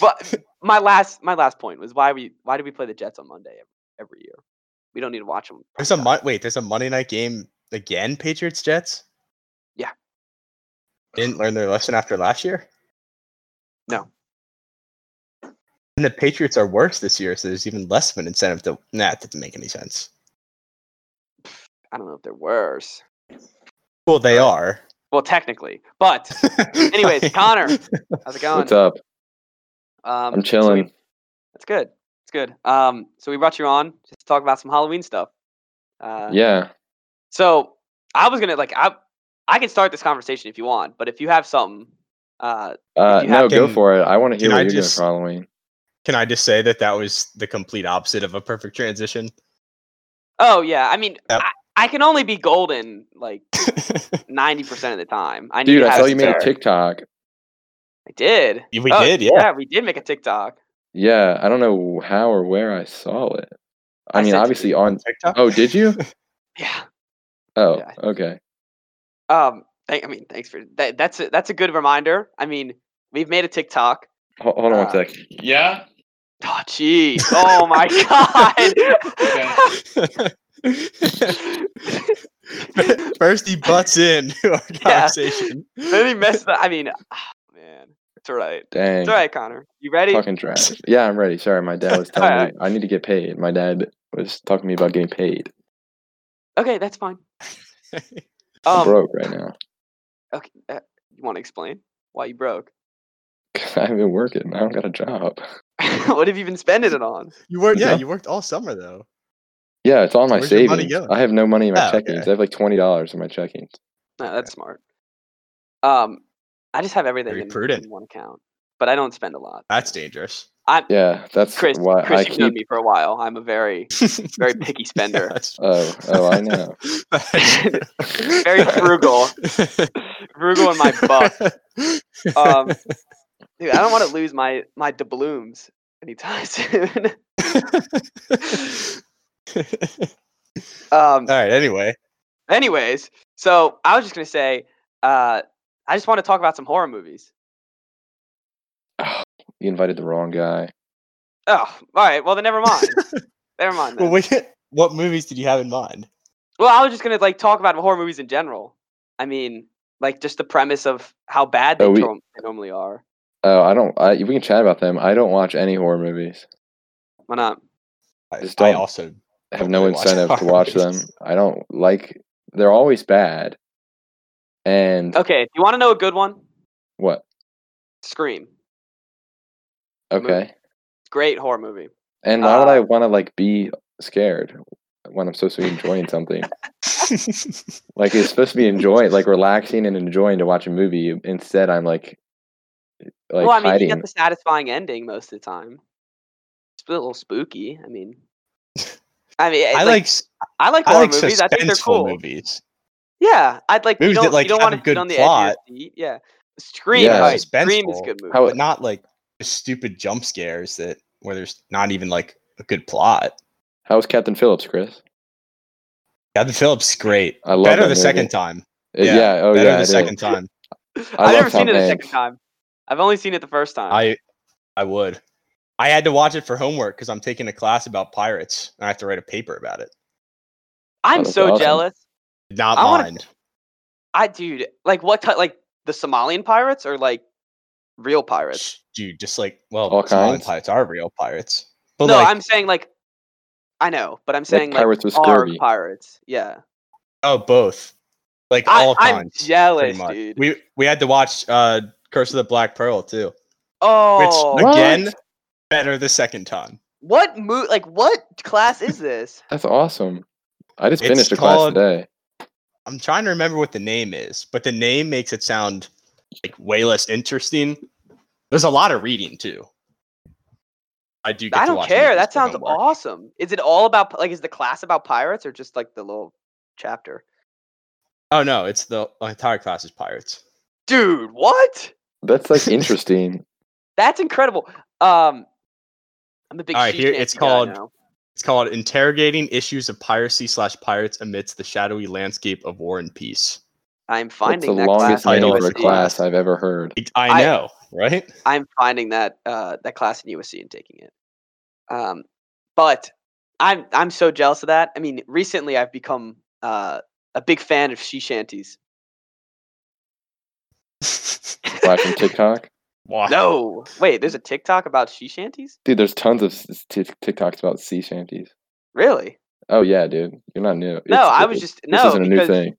but my last my last point was why we why do we play the Jets on Monday every, every year? We don't need to watch them.
There's a mon- wait. There's a Monday night game again. Patriots Jets.
Yeah.
Didn't learn their lesson after last year.
No.
And the Patriots are worse this year, so there's even less of an incentive to. Nah, that doesn't make any sense.
I don't know if they're worse.
Well, they are. [LAUGHS]
Well, technically, but
[LAUGHS]
anyways, Connor, how's it going?
[LAUGHS] What's up?
Um,
I'm
so we-
chilling.
That's good. That's good. Um, so we brought you on just to talk about some Halloween stuff. Uh,
Yeah.
So I was gonna like I I can start this conversation if you want, but if you have something, uh,
Uh,
you
no,
have-
go
Can-
for it. I want to hear
can
what
I
you're
just-
doing for Halloween.
Can I just say that that was the complete opposite of a
[LAUGHS]
perfect transition?
oh yeah, I mean,
Yep.
I, I can only be golden like ninety percent of the time. I need
Dude,
to
I
have
saw you made a
some-
TikTok.
I did.
we
Oh,
did, yeah.
Yeah, we did make a TikTok.
Yeah, I don't know how or where I saw it. I,
I sent
mean,
it to
obviously
you.
on.
TikTok.
Oh,
[LAUGHS]
did you?
Yeah.
Oh,
Yeah.
okay.
Um. Thank, I mean, thanks for that. That's a, that's a good reminder. I mean, we've made a TikTok.
Ho- Hold on
Uh,
one sec.
Yeah.
Oh jeez. Oh
[LAUGHS]
my [LAUGHS] god.
[LAUGHS] First, he butts in to our
[LAUGHS] Yeah.
conversation.
Then he messed up. I mean, [SIGHS] ah, man. It's all right.
Dang.
It's all right, Connor. You ready?
Fucking trash. Yeah, I'm ready. Sorry,
[LAUGHS]
my dad was telling me
Alright.
I need to get paid. My dad was talking to me about getting paid.
Okay, that's fine.
I'm
Um,
broke right now.
okay. Uh, you want to explain why you broke? [LAUGHS]
[LAUGHS] I've been working. I don't got a job.
what have you been spending it on?
You worked, yeah,
Yeah.
you worked all summer though.
Yeah, it's all in my
Where's your money
savings.
going?
I have no money in my
Oh,
checkings.
okay.
I have like twenty dollars in my checkings.
No, that's smart. Um, I just have everything
Very
in,
prudent.
in one account, but I don't spend a lot.
That's [LAUGHS] dangerous.
Yeah, that's
Chris,
why
Chris,
I
you've known
keep.
me for a while. I'm a very,
[LAUGHS]
very picky spender.
[LAUGHS] Yes.
Oh, oh, I know.
[LAUGHS] Very frugal. Frugal in my
[LAUGHS]
buck. Um, dude, I don't want to lose my my doubloons anytime [LAUGHS] soon. um,
[LAUGHS] all right. Anyway,
Um, anyways, so I was just gonna say, uh, I just want to talk about some horror movies.
You invited the wrong guy.
Oh, all right. Well, then
[LAUGHS]
never mind. never mind.
Well,
Then.
wait, what movies did you have in mind?
Well, I was just gonna like talk about horror movies in general. I mean, like just the premise of how bad they,
Oh, we-
norm- they normally are.
Oh, I don't. I, we can chat about them. I don't watch any horror movies.
Why not?
I,
Just
I
[LAUGHS]
don't.
also
I
Don't
have no
really watch
incentive to
horror
watch them.
movies.
I don't like. They're always bad. And
Okay. Do you want to know a good one?
what?
Scream. movie.
Okay.
Great horror movie.
And why would
Uh,
I want to like be scared when I'm supposed to be enjoying something? Like it's supposed to be enjoying, like relaxing and enjoying to watch a movie. Instead, I'm like, like
well, I mean,
hiding.
you get the satisfying ending most of the time. It's a little spooky. I
[LAUGHS]
mean, I mean, it's
I like s-
I like
I
horror
like
movies. I think they're
suspenseful
cool.
movies.
Yeah, I'd like
Movies
you
that,
don't,
like,
you don't
have
want
a
to
good
sit on the edge
plot.
of your seat. Yeah, Scream.
Yeah.
all right, Scream is a
Suspenseful.
good movie.
How-
but not like the stupid jump scares that where there's not even like a good plot.
How was Captain Phillips, Chris?
Captain Phillips, great.
I love
Better
that
the second
movie.
time.
Uh,
Yeah,
Yeah. Oh
Better
yeah.
the
it is.
second time.
I
[LAUGHS] I've
love
never seen
Tom
it a
Hanks.
second time. I've only seen it the first time.
I I would. I had to watch it for homework because I'm taking a class about pirates and I have to write a paper about it.
Oh,
I'm
that's
so
awesome.
jealous.
Did not
I wanna-
mind.
I dude, like what? T- like the Somalian pirates or like real pirates?
Dude, just like well,
All
Somali
kinds?
pirates are real pirates. But
no,
like,
I'm saying like I know, but I'm saying like,
pirates with
are
scurvy.
pirates. Yeah,
oh both. Like
I,
all
I'm
kinds.
jealous,
pretty much.
dude.
We we had to watch uh Curse of the Black Pearl too.
oh,
which
What?
again, better the second time.
what mo- Like what class is this?
That's awesome. I just
It's
finished a
called-
class today.
I'm trying to remember what the name is, but the name makes it sound like way less interesting. There's a lot of reading too. I do. Get
I
to
don't
watch
care.
movies
That
for
sounds
homework.
awesome. Is it all about pi- like is the class about pirates or just like the little chapter?
Oh no, it's the entire class is pirates.
Dude, what?
[LAUGHS]
That's like interesting.
That's incredible. Um I'm a big
Alright,
Sea
here- it's
Shanty guy
called-
now.
It's called "Interrogating Issues of Piracy slash Pirates Amidst the Shadowy Landscape of War and Peace."
I'm
That's the
finding that class.
longest
in
name
title
for a
USC.
class I've ever heard.
Like, I
I-
know, right? [LAUGHS]
I'm finding that uh that class in USC and taking it. Um but I'm I'm so jealous of that. I mean, recently I've become uh a big fan of sea shanties.
Watching TikTok,
Wow.
No. Wait, there's a TikTok about sea shanties?
dude. There's tons of s- s- Tik- TikToks about sea shanties.
Really?
Oh yeah, dude. You're not new.
No,
It's-
I
it-
was
it-
just
This
no
isn't a new
because
thing.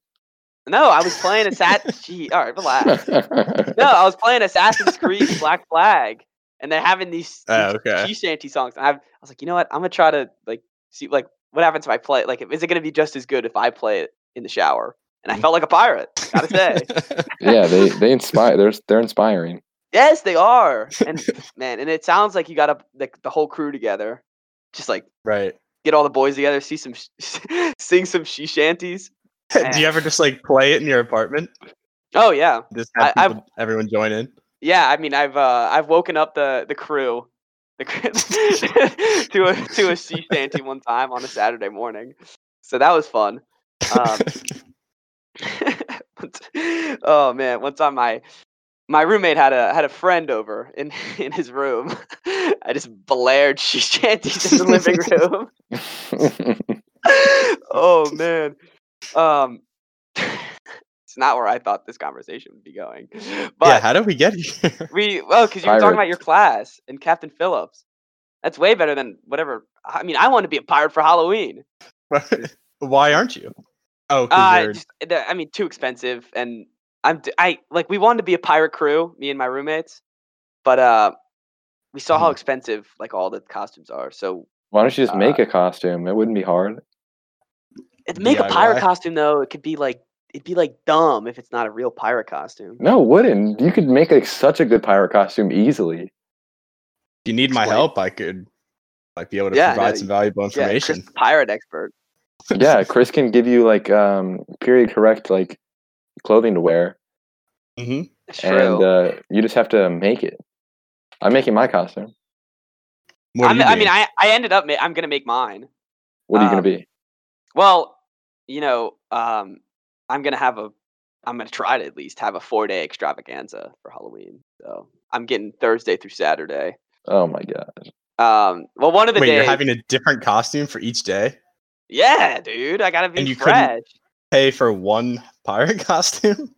No, I was playing
[LAUGHS]
Assassin. Gee, all right, relax. No, I was playing Assassin's Creed Black Flag, and they're having these
Oh,
these
okay.
sea shanty songs. And I've, I was like, you know what? I'm gonna try to like see like what happens if I play. it? Like, is it gonna be just as good if I play it in the shower? And I felt like a pirate. Gotta say,
yeah, they they inspire. They're they're inspiring.
yes, they are. And man, and it sounds like you got to like the whole crew together, just like
[LAUGHS] right.
get all the boys together, see some, sh- [LAUGHS] sing some she shanties.
do you ever just like play it in your apartment?
Oh yeah.
Just have
I- I've-
people, everyone join in.
Yeah, I mean, I've uh, I've woken up the the crew, the crew [LAUGHS] to a to a sea shanty one time on a Saturday morning, so that was fun. Um, [LAUGHS] one t- oh man, one time my my roommate had a had a friend over in [LAUGHS] in his room. [LAUGHS] I just blared sea shanties in the living room.
[LAUGHS]
oh man. Um [LAUGHS] it's not where I thought this conversation would be going.
yeah.
But
How did we get here?
we well, because you were talking about your
Pirates.
class and Captain Phillips. That's way better than whatever I mean, I want to be a pirate for Halloween.
[LAUGHS] Why aren't you? Oh, 'cause
Uh
you're-
just, the- I mean too expensive and I'm d- I like we wanted to be a pirate crew, me and my roommates, but uh we saw how
Mhm.
expensive like all the costumes are. So
Why don't you just
Uh,
make a costume? It wouldn't be hard.
it- make a pirate
DIY.
costume though, it could be like it'd be like dumb if it's not a real pirate costume.
No, it wouldn't. You could make like such a good pirate costume easily.
you need my
Explain.
help, I could like be able to
Yeah, I
provide
know.
some valuable
Yeah, Chris [LAUGHS]
information.
the pirate expert. [LAUGHS]
Yeah,
[LAUGHS]
Chris can give you like um period correct like clothing to wear,
hmm
That's
and uh, you just have to make it. I'm making my costume.
What
I'm-
do you
I mean, I, I ended up. Ma- I'm gonna make mine.
What are you
Um,
gonna be?
Well, you know, um, I'm gonna have a I'm gonna try to at least have a four day extravaganza for Halloween. So I'm getting Thursday through Saturday.
Oh my god.
Um, well, one of the
Wait,
days,
you're having a different costume for each day?
yeah, dude, I gotta be
you couldn't-
fresh.
Pay for one [LAUGHS] pirate costume?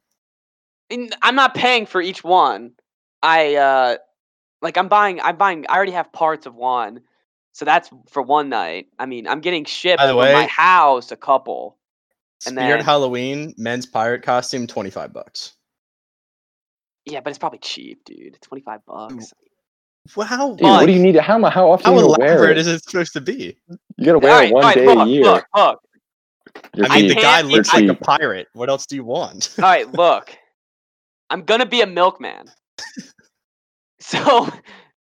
And I'm not paying for each one. I uh, like I'm buying. I'm buying. I already have parts of one, so that's for one night. I mean, I'm getting shipped
the
from my
way-
house a couple.
[LAUGHS]
And
Spirit
then-
Halloween men's pirate costume, twenty five bucks.
Yeah, but it's probably cheap, dude. Twenty five bucks.
Well, how
Dude, what do you need? to- How mu- how often
how
you gonna wear
elaborate
it?
is it supposed to be?
You gotta wear
Alright,
it one
alright,
day a
look,
year.
Look, look.
Your
I mean, the
feet.
can't
guy
be-
looks like a
Your feet.
pirate. What else do you want?
All right, look. I'm gonna be a milkman. [LAUGHS] So,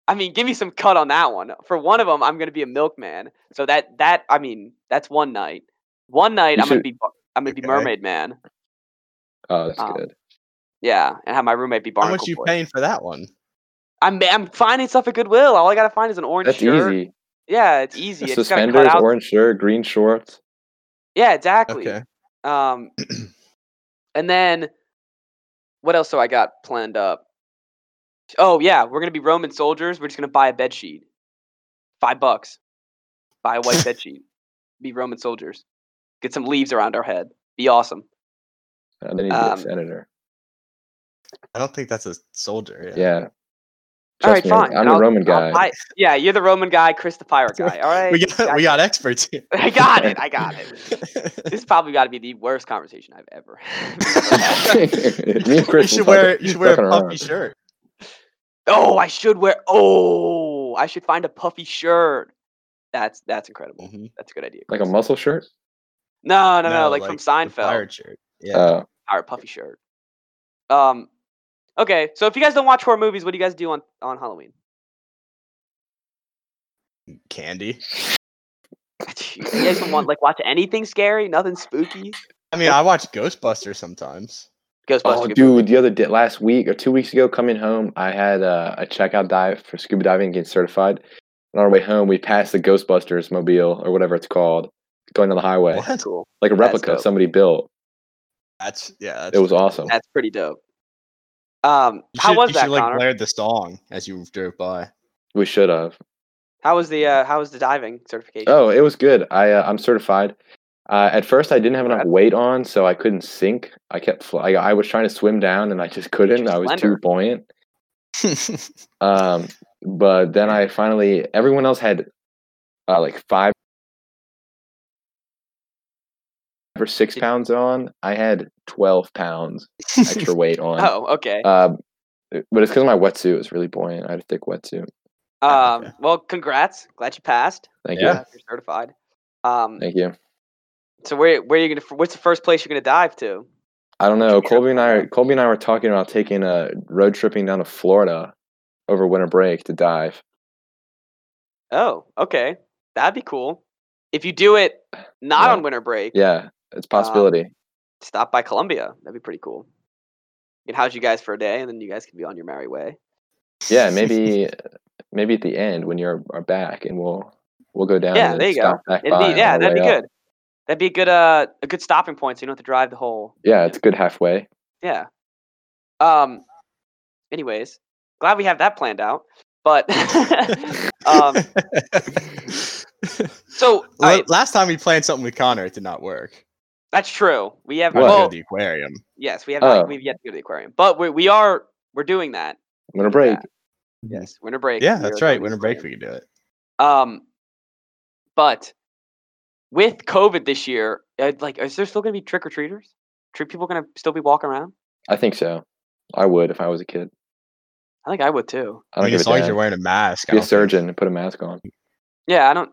I mean, give me some cut on that one. For one of them, I'm gonna be a milkman. So that that I mean, that's one night. One night,
You
I'm gonna
should-
be bar- I'm gonna be
Okay.
mermaid man.
Oh, that's
Um,
good.
Yeah, and have my roommate be
How
barnacle
much you
boy.
paying for that one?
I'm I'm finding stuff at Goodwill. All I gotta find is an orange
That's
shirt.
easy.
Yeah, it's easy. I just gotta cut
Suspenders,
out.
orange shirt, green shorts.
yeah, exactly.
Okay.
[CLEARS THROAT]
Um, and then what else do I got planned up? Oh yeah, we're gonna be Roman soldiers. We're just gonna buy a bed sheet, five bucks. Buy a white bed
[LAUGHS]
sheet. Be Roman soldiers. Get some leaves around our head. Be awesome.
And Uh, then you get
Um,
a senator.
I don't think that's a soldier.
Yeah.
All right,
Trust me,
fine.
I'm
I'll-
a Roman
I'll
guy.
buy- yeah, you're the Roman guy. Chris the
[LAUGHS]
pirate guy. All right,
We got we got experts here.
I got it. I got it.
[LAUGHS]
[LAUGHS]
This probably got to be the worst conversation I've ever.
[LAUGHS] Me and
you
Chris
should
were
wear
fucking-
you should wear a
fucking
puffy
around.
shirt.
oh, I should wear. Oh, I should find a puffy shirt. That's that's incredible.
Mhm.
That's a good idea.
Like a
Chris.
muscle shirt?
No, no, no, like, from
the
Seinfeld.
pirate shirt. Yeah.
Uh,
Our puffy shirt. Um, okay. So if you guys don't watch horror movies, what do you guys do on on Halloween? [LAUGHS]
Candy.
you guys don't want like watch anything scary, nothing spooky.
I mean, I watch Ghostbusters sometimes.
Ghostbusters.
oh,
good
dude, the other day, last week or two weeks ago, coming home, I had uh, a checkout dive for scuba diving and getting certified. And on our way home, we passed the Ghostbusters mobile or whatever it's called going down the highway,
movie. Cool.
like a
That's
replica
dope.
somebody built.
That's yeah. That's
It was awesome.
That's pretty dope. Um,
You
how
should-
was
you
that,
should, like,
Connor?
blared the song as you drove by.
We should have.
How was the uh, how was the diving certification?
Oh, it was good. I uh, I'm certified. Uh, at first, I didn't have enough
Congrats.
weight on, so I couldn't sink. I kept fl- I, I was trying to swim down, and I just couldn't. I was
slender.
too buoyant. Um, but then I finally, everyone else had uh, like five or six
Did-
pounds on. I had 12 pounds [LAUGHS]
[LAUGHS]
[LAUGHS]
extra weight on.
Oh, okay.
Uh, but it's because my wetsuit was really buoyant. I had a thick wetsuit.
Um,
okay.
well, congrats. Glad you passed.
Thank
Yeah.
you.
Glad You're certified. Um,
Thank you.
so where where are you gonna? f- What's the first place you're gonna dive to?
I don't know.
Did you
Colby and I,
travel
are, Colby and I were talking about taking a road tripping down to Florida over winter break to dive.
Oh, okay. That'd be cool. If you do it not
Yeah.
on winter break,
Yeah, it's a possibility.
stop by Columbia. That'd be pretty cool. You can house you guys for a day, and then you guys can be on your merry way.
yeah, maybe, maybe at the end when you're are back, and we'll we'll go down.
Yeah,
and
there you go.
stop Back
It'd
by
be,
on
yeah,
our
that'd
way
be
up.
good. That'd be a good uh a good stopping point, so you don't have to drive the whole.
Yeah, it's good halfway.
Yeah. Um. Anyways, glad we have that planned out. But [LAUGHS] um,
[LAUGHS]
so all
La-
right,
Last time we planned something with Connor, it did not work.
that's true. We have
What?
I had to go
well,
to the aquarium.
yes, we have not
Oh.
we've yet to go to the aquarium, but we we are we're doing that.
Winter break.
Yes, winter break. we
Yeah,
are
that's
going
right.
to
Winter
the
break,
aquarium.
we can do it.
Um, but with COVID this year, uh, like, is there still going to be trick or treaters? Trick people going to still be walking around?
I think so. I would if I was a kid.
I think I would too.
I
I,
don't
mean,
give
as
a
long as
damn.
you're wearing a mask. I
Be a
don't think-
surgeon and put a mask on.
Yeah, I don't.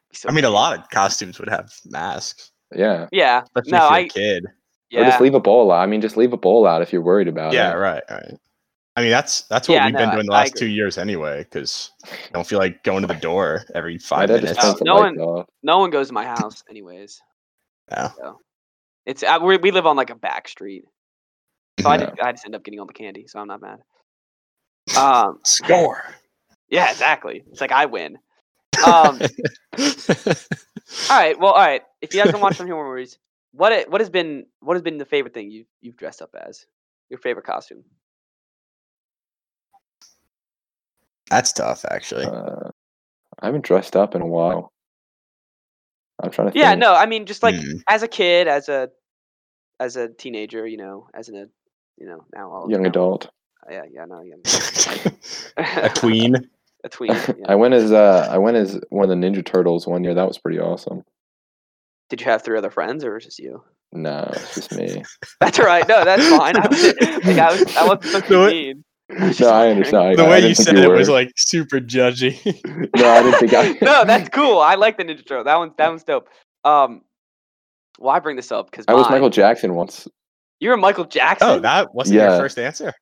[LAUGHS]
I mean, a lot of costumes would have masks,
Yeah.
yeah,
especially
no,
if you're
I
a kid.
Or
yeah,
just leave a bowl out. I mean, just leave a bowl out if you're worried about
yeah,
it.
right, right. I mean, that's that's what
Yeah,
we've
no,
been doing the
I- I
last
agree.
two years anyway. Because I don't feel like going to the door every
My
five
dad just
minutes.
turns the
No
lights
one-
off.
no one goes to my house anyways.
Yeah.
So it's uh, we we live on like a back street, so I
Yeah.
just, I just end up getting all the candy, so I'm not mad. Um,
Score.
yeah, exactly. It's like I win.
[LAUGHS]
Um. All right. Well, all right. If you guys don't watch some horror movies, what it, what has been what has been the favorite thing you you've dressed up as? Your favorite costume?
[LAUGHS] That's tough, actually.
Uh, I haven't dressed up in a while. I'm trying to.
Yeah,
think.
no, I mean just like
Hmm.
as a kid, as a as a teenager, you know, as an ad- you know now all
Young
now- uh,
adult.
Yeah, yeah, no,
[LAUGHS]
young.
Hmm.
[LAUGHS]
a tween.
a tween.
I
yeah.
went as uh, I went as one of the Ninja Turtles one year. That was pretty awesome.
Did you have three other friends or just you? [LAUGHS]
No, it's just me.
That's all right. No, that's fine. I was, like, I, was, I wasn't
[LAUGHS]
supposed
No,
to
it-
be mean. [LAUGHS]
No, I understand.
The
I, I
way
didn't
you
think
said it
were.
was like super judgy.
[LAUGHS] No, I didn't think I.
[LAUGHS]
[LAUGHS]
[LAUGHS]
no, that's cool. I like the Ninja Turtle. That one's that one's dope. Um, why I bring this up? Because
I was Michael Jackson once.
You're a Michael Jackson.
oh, that wasn't your
Yeah.
first answer.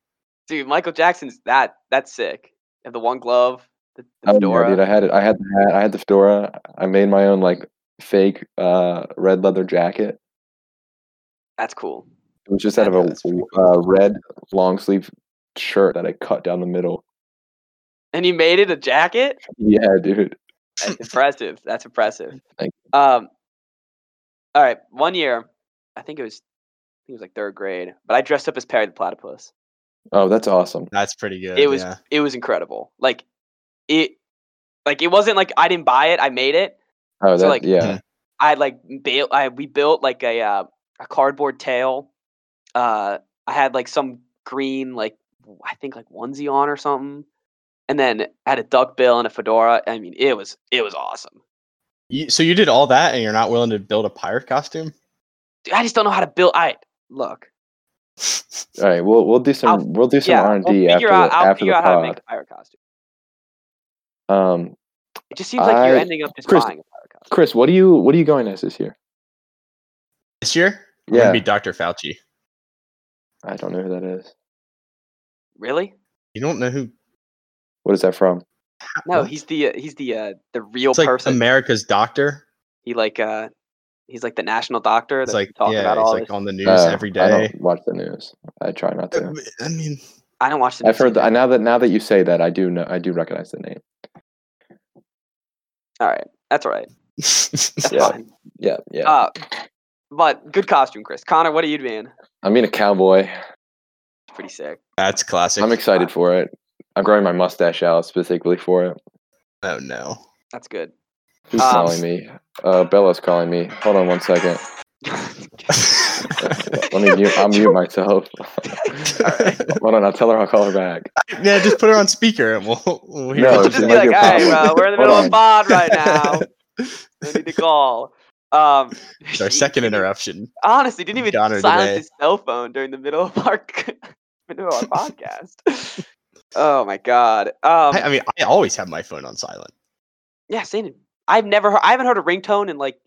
dude, Michael Jackson's that that's sick. You have the one glove, the, the
I don't
fedora.
know, Oh, dude. I had it. I had the hat. I had the fedora. I made my own like fake uh, red leather jacket.
that's cool.
It was just out of
Yeah,
a
that's pretty
uh, red long sleeve shirt that I cut down the middle.
And you made it a jacket.
Yeah, dude.
That's impressive. That's impressive.
Thank
Um, all right. One year, I think it was, I think it was like third grade, but I dressed up as Perry the Platypus.
Oh, that's awesome.
That's pretty good.
it was
Oh, yeah.
it was incredible. Like it, like it wasn't like I didn't buy it. I made it.
Oh,
So,
that
like,
yeah.
I like bail. I we built like a uh, a cardboard tail. Uh, I had like some green like w- I think like onesie on or something, and then I had a duck bill and a fedora. I mean, it was it was awesome.
You- so you did all that, and you're not willing to build a pirate
[LAUGHS]
costume?
Dude, I just don't know how to build. I look.
Hmm.
All right, we'll we'll do some
I'll-
we'll do some
yeah,
R
I'll
and D
figure
after
out.
the,
I'll
after the
figure out how to make
pod.
a pirate costume.
Um,
It just seems like you're
I-
ending up just
Chris-
buying a pirate costume.
Chris, what do you what are you going as this year?
This year? I'm
Yeah,
gonna be Dr. Fauci.
I don't know who that is.
Really?
You don't know who?
What is that from?
No,
What?
he's the uh, he's the uh, the real
It's like
person.
America's doctor.
he like uh he's like the national doctor
It's
that's
like
talking
yeah,
about
he's
all
like
this.
on the news
Oh,
every
I
day.
don't watch the news. I try not
Uh,
to.
[LAUGHS] I mean,
I don't watch. the
I've
news
heard that
either.
now that now that you say that, I do know I do recognize the name.
All right, that's all right. That's
Yeah.
fine.
Yeah, yeah.
Uh, but good costume, Chris. Connor, what are you doing? It's
I mean a cowboy.
pretty sick.
that's classic.
I'm excited for it. I'm growing my mustache out specifically for it.
oh
[LAUGHS]
no. [LAUGHS]
That's good.
Who's
Um,
calling me? Uh, Bella's calling me. Hold on one second.
[LAUGHS]
Let me mute. I'll mute myself. Hold on. I'll tell her. I'll call her back.
yeah, just put her on speaker and we'll, we'll hear
No,
We'll
what
just
it
be
might
like,
be a
hey,
problem."
bro, we're in the
Hold
middle of
[LAUGHS] on.
a pod right now. No need to call. Um,
It's [LAUGHS] our
he-
second
he
interruption.
Honestly, didn't even
Connor
silence
today.
his cell phone during the middle of our [LAUGHS] middle of our podcast. Oh my god. Um,
I, I mean, I always have my phone on silent.
yeah, same. I've never heard. I haven't heard a ringtone in like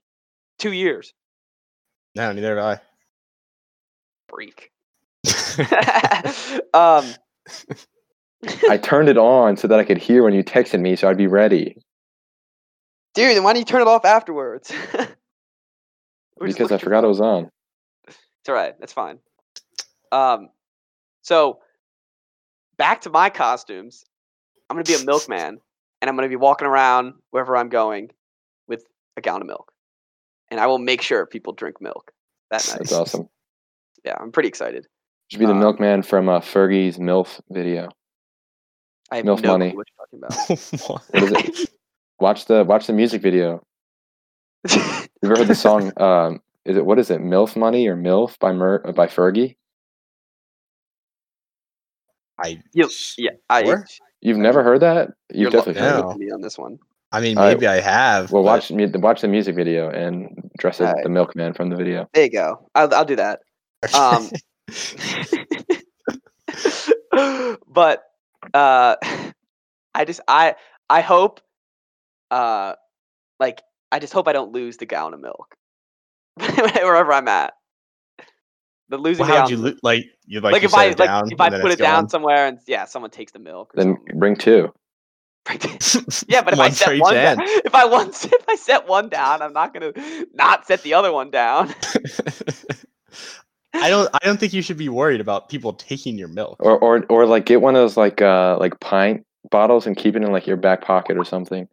two years.
No, neither do I. [LAUGHS]
Freak. [LAUGHS] um,
I turned it on so that I could hear when you texted me, so I'd be ready.
dude, then why don't you turn it off afterwards? [LAUGHS] Or just
Because
look
I
at your
forgot it was on.
It's all right. That's fine. Um, so back to my costumes. I'm gonna be a milkman, and I'm gonna be walking around wherever I'm going with a gallon of milk, and I will make sure people drink milk that night.
That's awesome.
Yeah, I'm pretty excited.
Should be the
Um,
milkman from uh, Fergie's MILF video.
I have
Milf
no
money.
clue what you're talking
What is it? watch the watch the music video.
about. [LAUGHS]
You ever heard the song? Um, is it what is it? MILF Money or MILF by Mer- uh, by Fergie?
I
You- yeah, I
Sure.
You've never heard that?
you're
You've
lo-
definitely
you're
heard
No.
it.
looking at me on this one.
I mean,
All right.
maybe I have.
Well,
but- [LAUGHS]
watch mu- watch the music video and dress as
Alright.
the milkman from the video.
There you go. I'll, I'll do that.
[LAUGHS]
Um, but uh, I just I I hope uh like I just hope I don't lose the gallon of milk [LAUGHS] wherever I'm at. The losing
Well,
the
how would
gallon-
you lo- like? You like,
um, like,
you
if I
set it down
like if I
and then
put it
it's
down
gone?
somewhere and yeah someone takes the milk. Or
Then
something. [LAUGHS]
bring two.
yeah, but if I
One for
set
each
one down,
hand.
[LAUGHS] if I once if I set one down, I'm not gonna not set the other one down.
[LAUGHS] I don't. I don't think you should be worried about people taking your milk.
or or or like get one of those like uh like pint bottles and keep it in like your back pocket or something.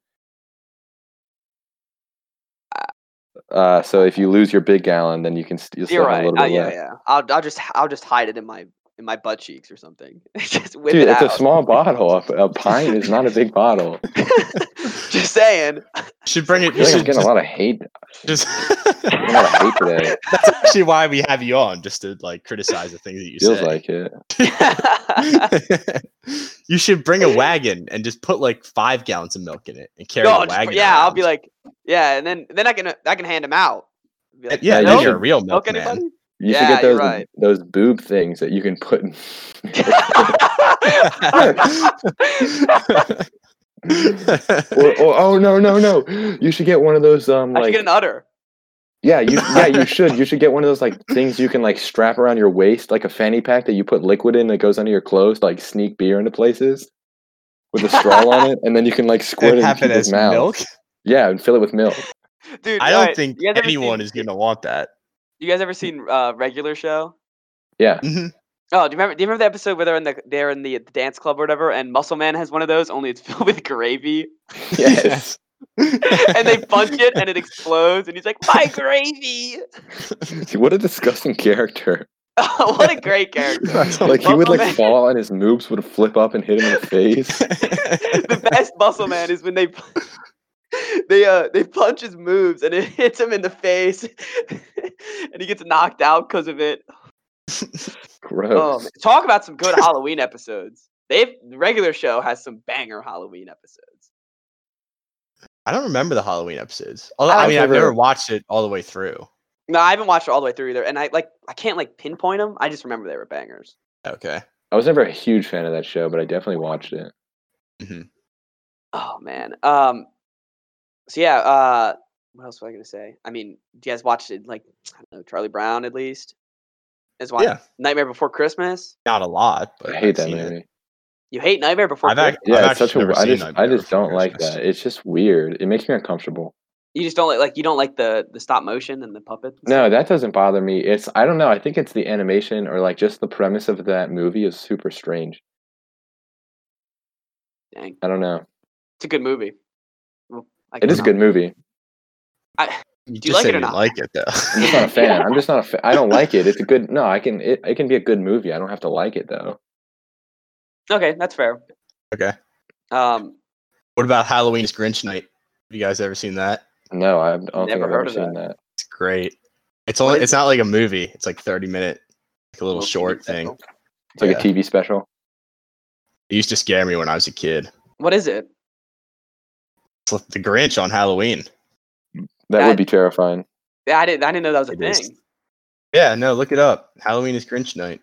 Uh, so if you lose your big gallon, then you can st- you'll still
You're
have a
right.
little
Uh,
bit
yeah,
left.
yeah. I'll, I'll just I'll just hide it in my in my butt cheeks or something. [LAUGHS] just whip
Dude,
it
it's
out.
a small bottle. A, a pint is not a
[LAUGHS]
big bottle.
just
[LAUGHS]
saying.
Should bring it.
I
You
feel like I'm
should
getting a
just,
lot of hate.
just [LAUGHS]
I'm getting a lot of hate today.
that's actually why we have you on, just to like criticize the things that you
Feels
say.
like it.
[LAUGHS]
[LAUGHS]
you should bring a wagon and just put like five gallons of milk in it and carry
no,
the
just-
wagon.
yeah, I'll
around.
be like, yeah, and then then I can I can hand them out. Be like,
yeah,
Yeah,
then
you
you're a
should-
real
milk
milkman. [LAUGHS]
anybody?
You
Yeah,
should get
you're
those
right.
those boob things that you can
[LAUGHS]
put. In. [LAUGHS] or, or, oh no no no! You should get one of those um
I should
like
get an udder.
yeah you
[LAUGHS]
yeah you should you should get one of those like things you can like strap around your waist like a fanny pack that you put liquid in that goes under your clothes to, like sneak beer into places with a straw on it and then you can
[LAUGHS]
like squirt it,
it
in
happen
people's
as
mouths.
milk.
Yeah, and fill it with milk. [LAUGHS]
Dude,
I
all
don't
right,
think
you guys ever
anyone
seen-
is gonna want that.
You guys ever seen uh, regular show?
Yeah.
Mhm.
Oh, do you remember? Do you remember the episode where they're in the they're in the, the dance club or whatever, and Muscle Man has one of those, only it's [LAUGHS] filled with gravy,
[LAUGHS] Yes.
[LAUGHS] and they punch it and it explodes, and he's like, "My gravy!" [LAUGHS]
what a disgusting character.
Oh, what a great character!
[LAUGHS] Like he would
Muscle Man.
like fall and his moobs would flip up and hit him
[LAUGHS]
in the face.
the best muscle man is when they pu- [LAUGHS] they uh they punch his moves and it [LAUGHS] hits him in the face [LAUGHS] and he gets knocked out because of it. Oh,
Gross.
man. talk about some good Halloween episodes. They've the regular show has some banger Halloween episodes.
[LAUGHS] I don't remember the Halloween episodes. Although,
I
I,
don't
mean, I've
remember-
never watched it all the way through.
No, I haven't watched it all the way through either, and I like I can't like pinpoint them. I just remember they were bangers.
Okay.
I was never a huge fan of that show, but I definitely watched it.
Oh man. Um. So yeah. Uh. What else was I gonna say? I mean, do you guys watched it like I don't know Charlie Brown at least? As why
Yeah.
Nightmare Before Christmas.
Not a lot, but
I hate
I've
that
seen it.
movie.
You hate Nightmare Before
I've,
Christmas.
act- I've
Yeah, it's
actually
such a.
never
I
seen
just I
Nightmare
just
Before
don't like
Christmas.
that. It's just weird. It makes me uncomfortable.
You just don't like like you don't like the the stop motion and the puppets. and
No,
stuff?
that doesn't bother me. It's I don't know. I think it's the animation or like just the premise of that movie is super strange.
Dang,
I don't know.
it's a good movie. Well, I
It is a good movie.
I, Do
You
you
just
like
said
it or
you
not?
like it
I'm
though.
just not a fan. I'm just not a fan. I don't like it. It's a good no. I can it, it can be a good movie. I don't have to like it though.
okay, that's fair.
[LAUGHS] okay.
Um,
What about Halloween's Grinch Night? Have you guys ever seen that?
No, I don't think
Never
I've
heard
ever
of
seen that.
It's great. It's only
is
it's not like a movie. It's like 30 minute, like a little
well,
short
TV
thing.
special.
It's like
Yeah.
a TV special.
It used to scare me when I was a kid.
What is it?
It's like the Grinch on Halloween.
That
That-
would be terrifying.
Yeah, I didn't I didn't know that was a
It
thing.
is. Yeah, no, look it up. Halloween is Grinch Night.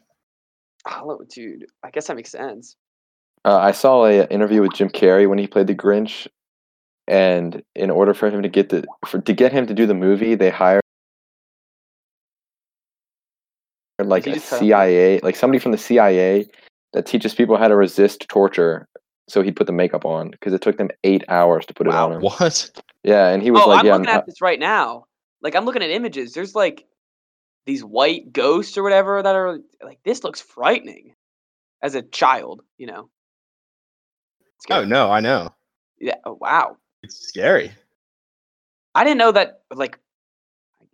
Oh, dude, I guess that makes sense.
Uh, I saw a interview with Jim Carrey when he played the Grinch, and in order for him to get the for, to get him to do the movie, they hired like
he
a
just cut out?
CIA, like somebody from the CIA that teaches people how to resist torture. So he'd put the makeup on because it took them eight hours to put it on him.
What?
Yeah, and he was
Oh,
like,
I'm
"Yeah,
looking
I'm- uh,
at this right now. Like I'm looking at images. There's like these white ghosts or whatever that are like this looks frightening. As a child, you know.
Oh
Scary.
no, I know.
Yeah. Oh, wow.
It's scary.
I didn't know that. Like,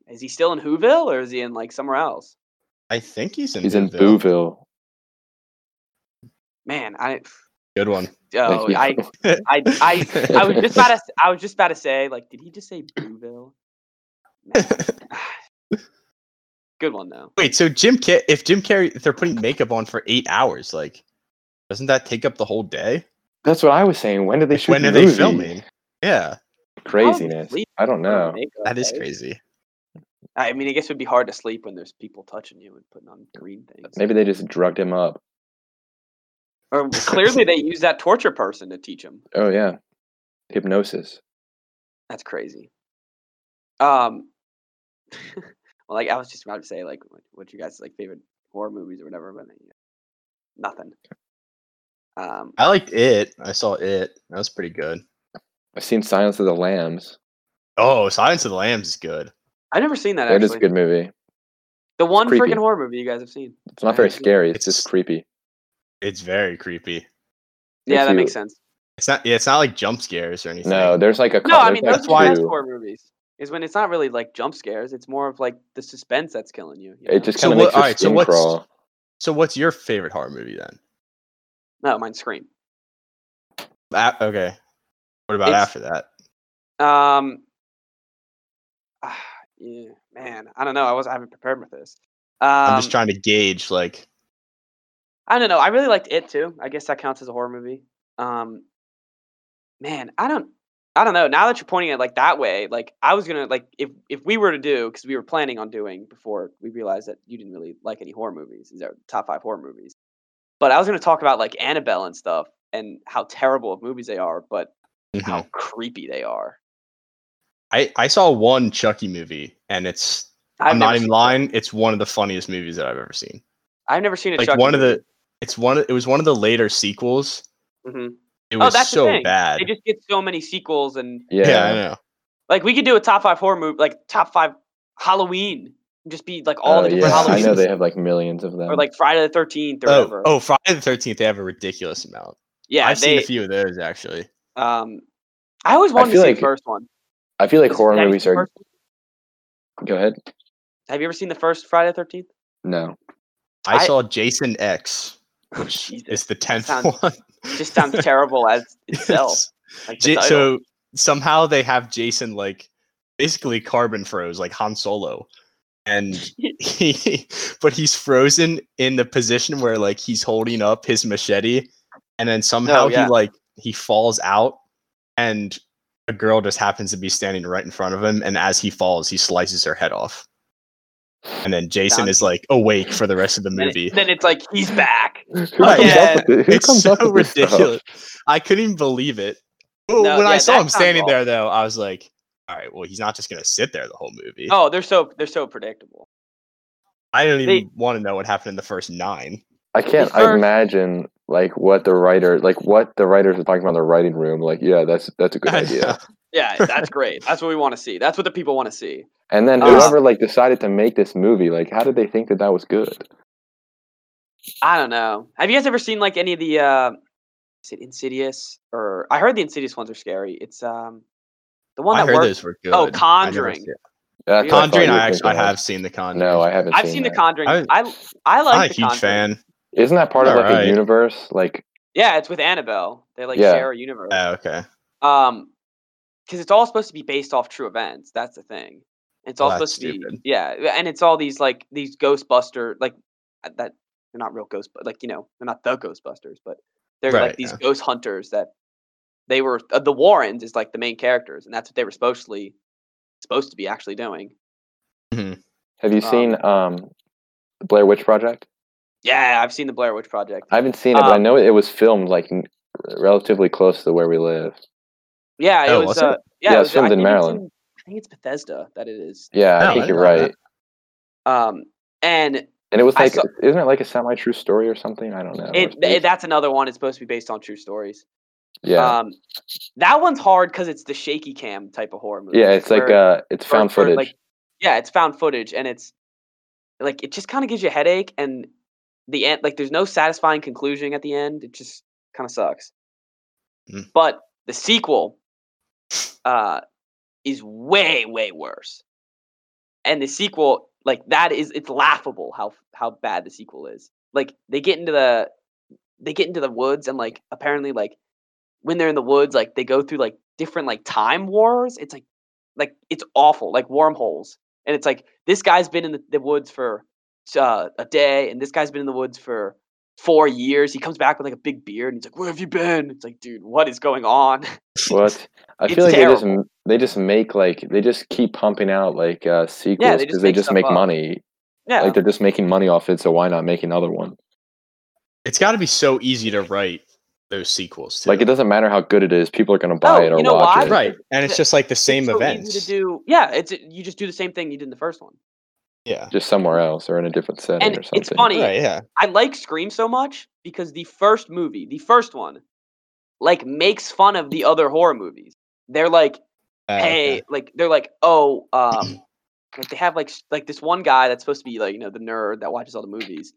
is he still in Whoville or is he in like somewhere else?
I think he's in
he's in
Whoville.
Booville."
Man, I
Good one.
oh,
you. [LAUGHS]
I, I I
[LAUGHS]
I was just about to s- I was just about to say like, did he just say Whoville? Man. Good one though.
Wait, so Jim Car- if Jim Carrey if they're putting makeup on for 8 hours, like doesn't that take up the whole day?
That's what I was saying. When did they shoot?
When
the
are they
movie?
filming? Yeah,
Probably
Craziness.
sleep
I don't
for the
know.
makeup,
that is
right?
crazy.
I mean, I guess it would be hard to sleep when there's people touching you and putting on green things.
Maybe they just drugged him up.
Or clearly they use that torture person to teach him.
Oh yeah, hypnosis.
That's crazy. Um, [LAUGHS] well, like I was just about to say, like, what, what you guys like favorite horror movies or whatever, but you know, nothing. Um,
I liked it. I saw it. That was pretty good.
I've seen Silence of the Lambs.
Oh, Silence of the Lambs is good.
I've never seen that.
That
actually.
is a good movie.
The one
creepy.
freaking horror movie you guys have seen.
It's not very
It's-
scary. It's just
it's-
creepy.
It's very creepy.
yeah,
If
that
you-
makes sense.
It's not. Yeah, it's not like jump scares or anything.
No, there's like a.
No,
cou-
I
there's
mean
like
those are the best
two-
horror movies. is when it's not really like jump scares. It's more of like the suspense that's killing you. you know?
It just
So
kind
what-
of makes your
alright, so
skin
what's-
crawl.
So what's your favorite horror movie then?
no, mine scream.
Ah, okay. What about
It's-
after that?
Um, ah, yeah, man, I don't know. I was I haven't prepared with this. Um,
I'm just trying to gauge like
I don't know. I really liked it too. I guess that counts as a horror movie. Um, man, I don't, I don't know. Now that you're pointing it like that way, like I was gonna like if if we were to do because we were planning on doing before we realized that you didn't really like any horror movies. These are top five horror movies. But I was gonna talk about like Annabelle and stuff and how terrible of movies they are, but how
mhm.
creepy they are.
I I saw one Chucky movie and it's
I've
I'm
never
not even
seen-
lying. It's one of the funniest movies that I've ever seen.
I've never seen a
Like
Chucky
one of
movie.
the, it's one. It was one of the later sequels.
Mhm.
It
Oh,
was
that's the
so
thing.
bad.
They just get so many sequels and
Yeah.
yeah. I know.
Like we could do a top five horror movie, like top five Halloween, and just be like all
Uh,
the different
yeah, [LAUGHS] I know
Halloweens,
they have like millions of them.
or like Friday the Thirteenth or
Oh,
whatever.
oh, Friday the Thirteenth. They have a ridiculous amount.
yeah,
I've
they.
seen a few of those actually.
Um, I always
I
wanted to
feel
see
like
the first one.
I feel like
Does-
horror
have you
movies
seen the
are.
first-
Go ahead.
Have you ever seen the first Friday the Thirteenth?
No.
I,
I-
saw Jason X, which
[LAUGHS] Jesus,
is the tenth
sounds
[LAUGHS] one.
Just
[LAUGHS]
sounds terrible as itself.
[LAUGHS] It's-
Like the
J-
title.
so somehow they have Jason like basically carbon froze like Han Solo,
[LAUGHS]
and he, but he's frozen in the position where like he's holding up his machete, and then somehow
Oh, yeah.
he like he falls out, and a girl just happens to be standing right in front of him, and as he falls, he slices her head off. And then Jason
Sounds-
is like awake for the rest of the
then, it-
movie.
then it's like he's
[LAUGHS]
back.
Who comes
Right, yeah,
up with it? Who
it's
comes
so
up with this stuff?
ridiculous. I couldn't even believe it. Well,
No,
when I
yeah,
saw
that
him
sounds
standing
awful.
there, though, I was like, "All right, well, he's not just gonna sit there the whole movie."
Oh, they're so they're so predictable.
I don't even
they-
want to know what happened in the first nine.
I can't
first-
imagine like what the writer like what the writers are talking about in the writing room. Like, yeah, that's that's a
[LAUGHS]
good
I
idea.
know.
Yeah, that's great. That's what we want to see. That's what the people want to see.
And then
Uh,
whoever like decided to make this movie, like, how did they think that that was good?
I don't know. Have you guys ever seen like any of the uh is it Insidious or I heard the Insidious ones are scary. It's um the one
I
that
heard
works.
those were good.
Oh,
I never
Conjuring.
see it.
That's what I thought
Conjuring.
you were
I actually I
thinking of.
have seen the Conjuring.
No, I haven't.
I've seen the
that.
Conjuring. I
I-
I, like
I'm a
the
huge
Conjuring.
fan.
Isn't that part of like
Alright.
a universe? Like,
Yeah, it's with Annabelle. They like
Yeah.
share a universe.
Oh, okay.
Um, because it's all supposed to be based off true events. That's the thing. It's all
Well, that's
supposed to
stupid.
be yeah, and it's all these like these Ghostbuster like uh, that they're not real ghost, but like you know they're not the Ghostbusters, but they're like
Right,
these
yeah.
ghost hunters that they were uh, the Warrens is like the main characters, and that's what they were supposedly supposed to be actually doing.
have you
Um,
seen um, the Blair Witch Project?
Yeah, I've seen the Blair Witch Project.
I haven't seen it, but I
Um,
know it was filmed like n- relatively close to where we live.
Yeah, it
Oh,
was.
was it?
uh, Yeah,
Yeah, it's filmed
I
in
think it's
Maryland.
in- I think it's Bethesda that it is.
Yeah,
No,
I
I
think
didn't
you're
know that.
right.
Um, and
And it was
I
like,
saw-
isn't it like a semi true story or something? I don't know.
it,
It's-
it that's another one. It's supposed to be based on true stories.
yeah,
Um, that one's hard because it's the shaky cam type of horror movie.
yeah. It's like
where-
uh, it's
where-
found
where,
footage.
like- yeah, it's found footage, and it's like it just kind of gives you a headache, and the end, like, there's no satisfying conclusion at the end. It just kind of sucks.
Mm.
But the sequel uh, is way, way worse, and the sequel, like, that is it's laughable how how bad the sequel is. Like, they get into the they get into the woods and like apparently like when they're in the woods like they go through like different like time wars it's like like it's awful like wormholes and it's like this guy's been in the, the woods for uh, a day and this guy's been in the woods for four years he comes back with like a big beard and he's like where have you been it's like dude what is going on [LAUGHS]
What? I
It's
feel like they just m- they just make like they just keep pumping out like uh, sequels because
just
they
make
just
stuff
make
up.
money.
yeah
Like they're just making money off it, so why not make another one?
It's got to be so easy to write those sequels. Too.
Like it doesn't matter how good it is, people are gonna buy
Oh,
it or
you know
watch
why?
it.
right, and it's just like the same
so easy
events.
to do yeah it's you just do the same thing you did in the first one
Yeah.
Just somewhere else or in a different setting
and
or something.
it's funny
Right. Yeah.
I like Scream so much because the first movie, the first one, like makes fun of the other horror movies. They're like,
Uh,
hey,
okay.
like they're like, oh, um, like they have like s- like this one guy that's supposed to be like you know the nerd that watches all the movies.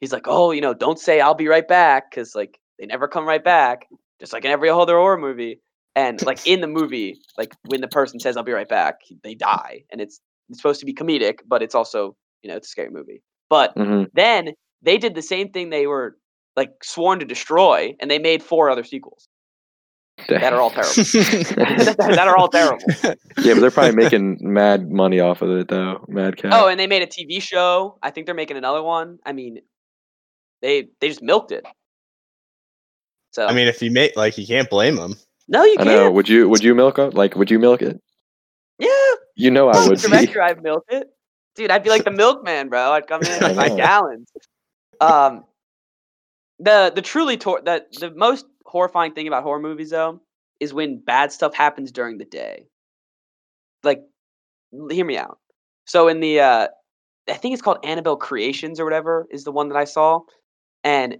He's like, oh, you know, don't say I'll be right back because like they never come right back, just like in every other horror movie. And like in the movie, like when the person says "I'll be right back," they die, and it's it's supposed to be comedic, but it's also you know it's a scary movie. But
Mhm.
then they did the same thing they were like sworn to destroy, and they made four other sequels that are all terrible. [LAUGHS] that
[LAUGHS]
are all terrible.
[LAUGHS] yeah, but they're probably making mad money off of it though. Mad cat.
Oh, and they made a TV show. I think they're making another one. I mean, they they just milked it. So
I mean, if you make like, you can't blame them.
no, you
I know.
can't.
Would you would you milk it? Like would you milk it?
Yeah,
You know
[LAUGHS]
I
as
would.
a director, I've milked it, dude. I'd be like the milkman, bro. I'd come
[LAUGHS]
in
I
with my
know.
gallons. Um, the the truly tor- that the most horrifying thing about horror movies though is when bad stuff happens during the day. Like, l- hear me out. So in the uh, I think it's called Annabelle Creations or whatever is the one that I saw, and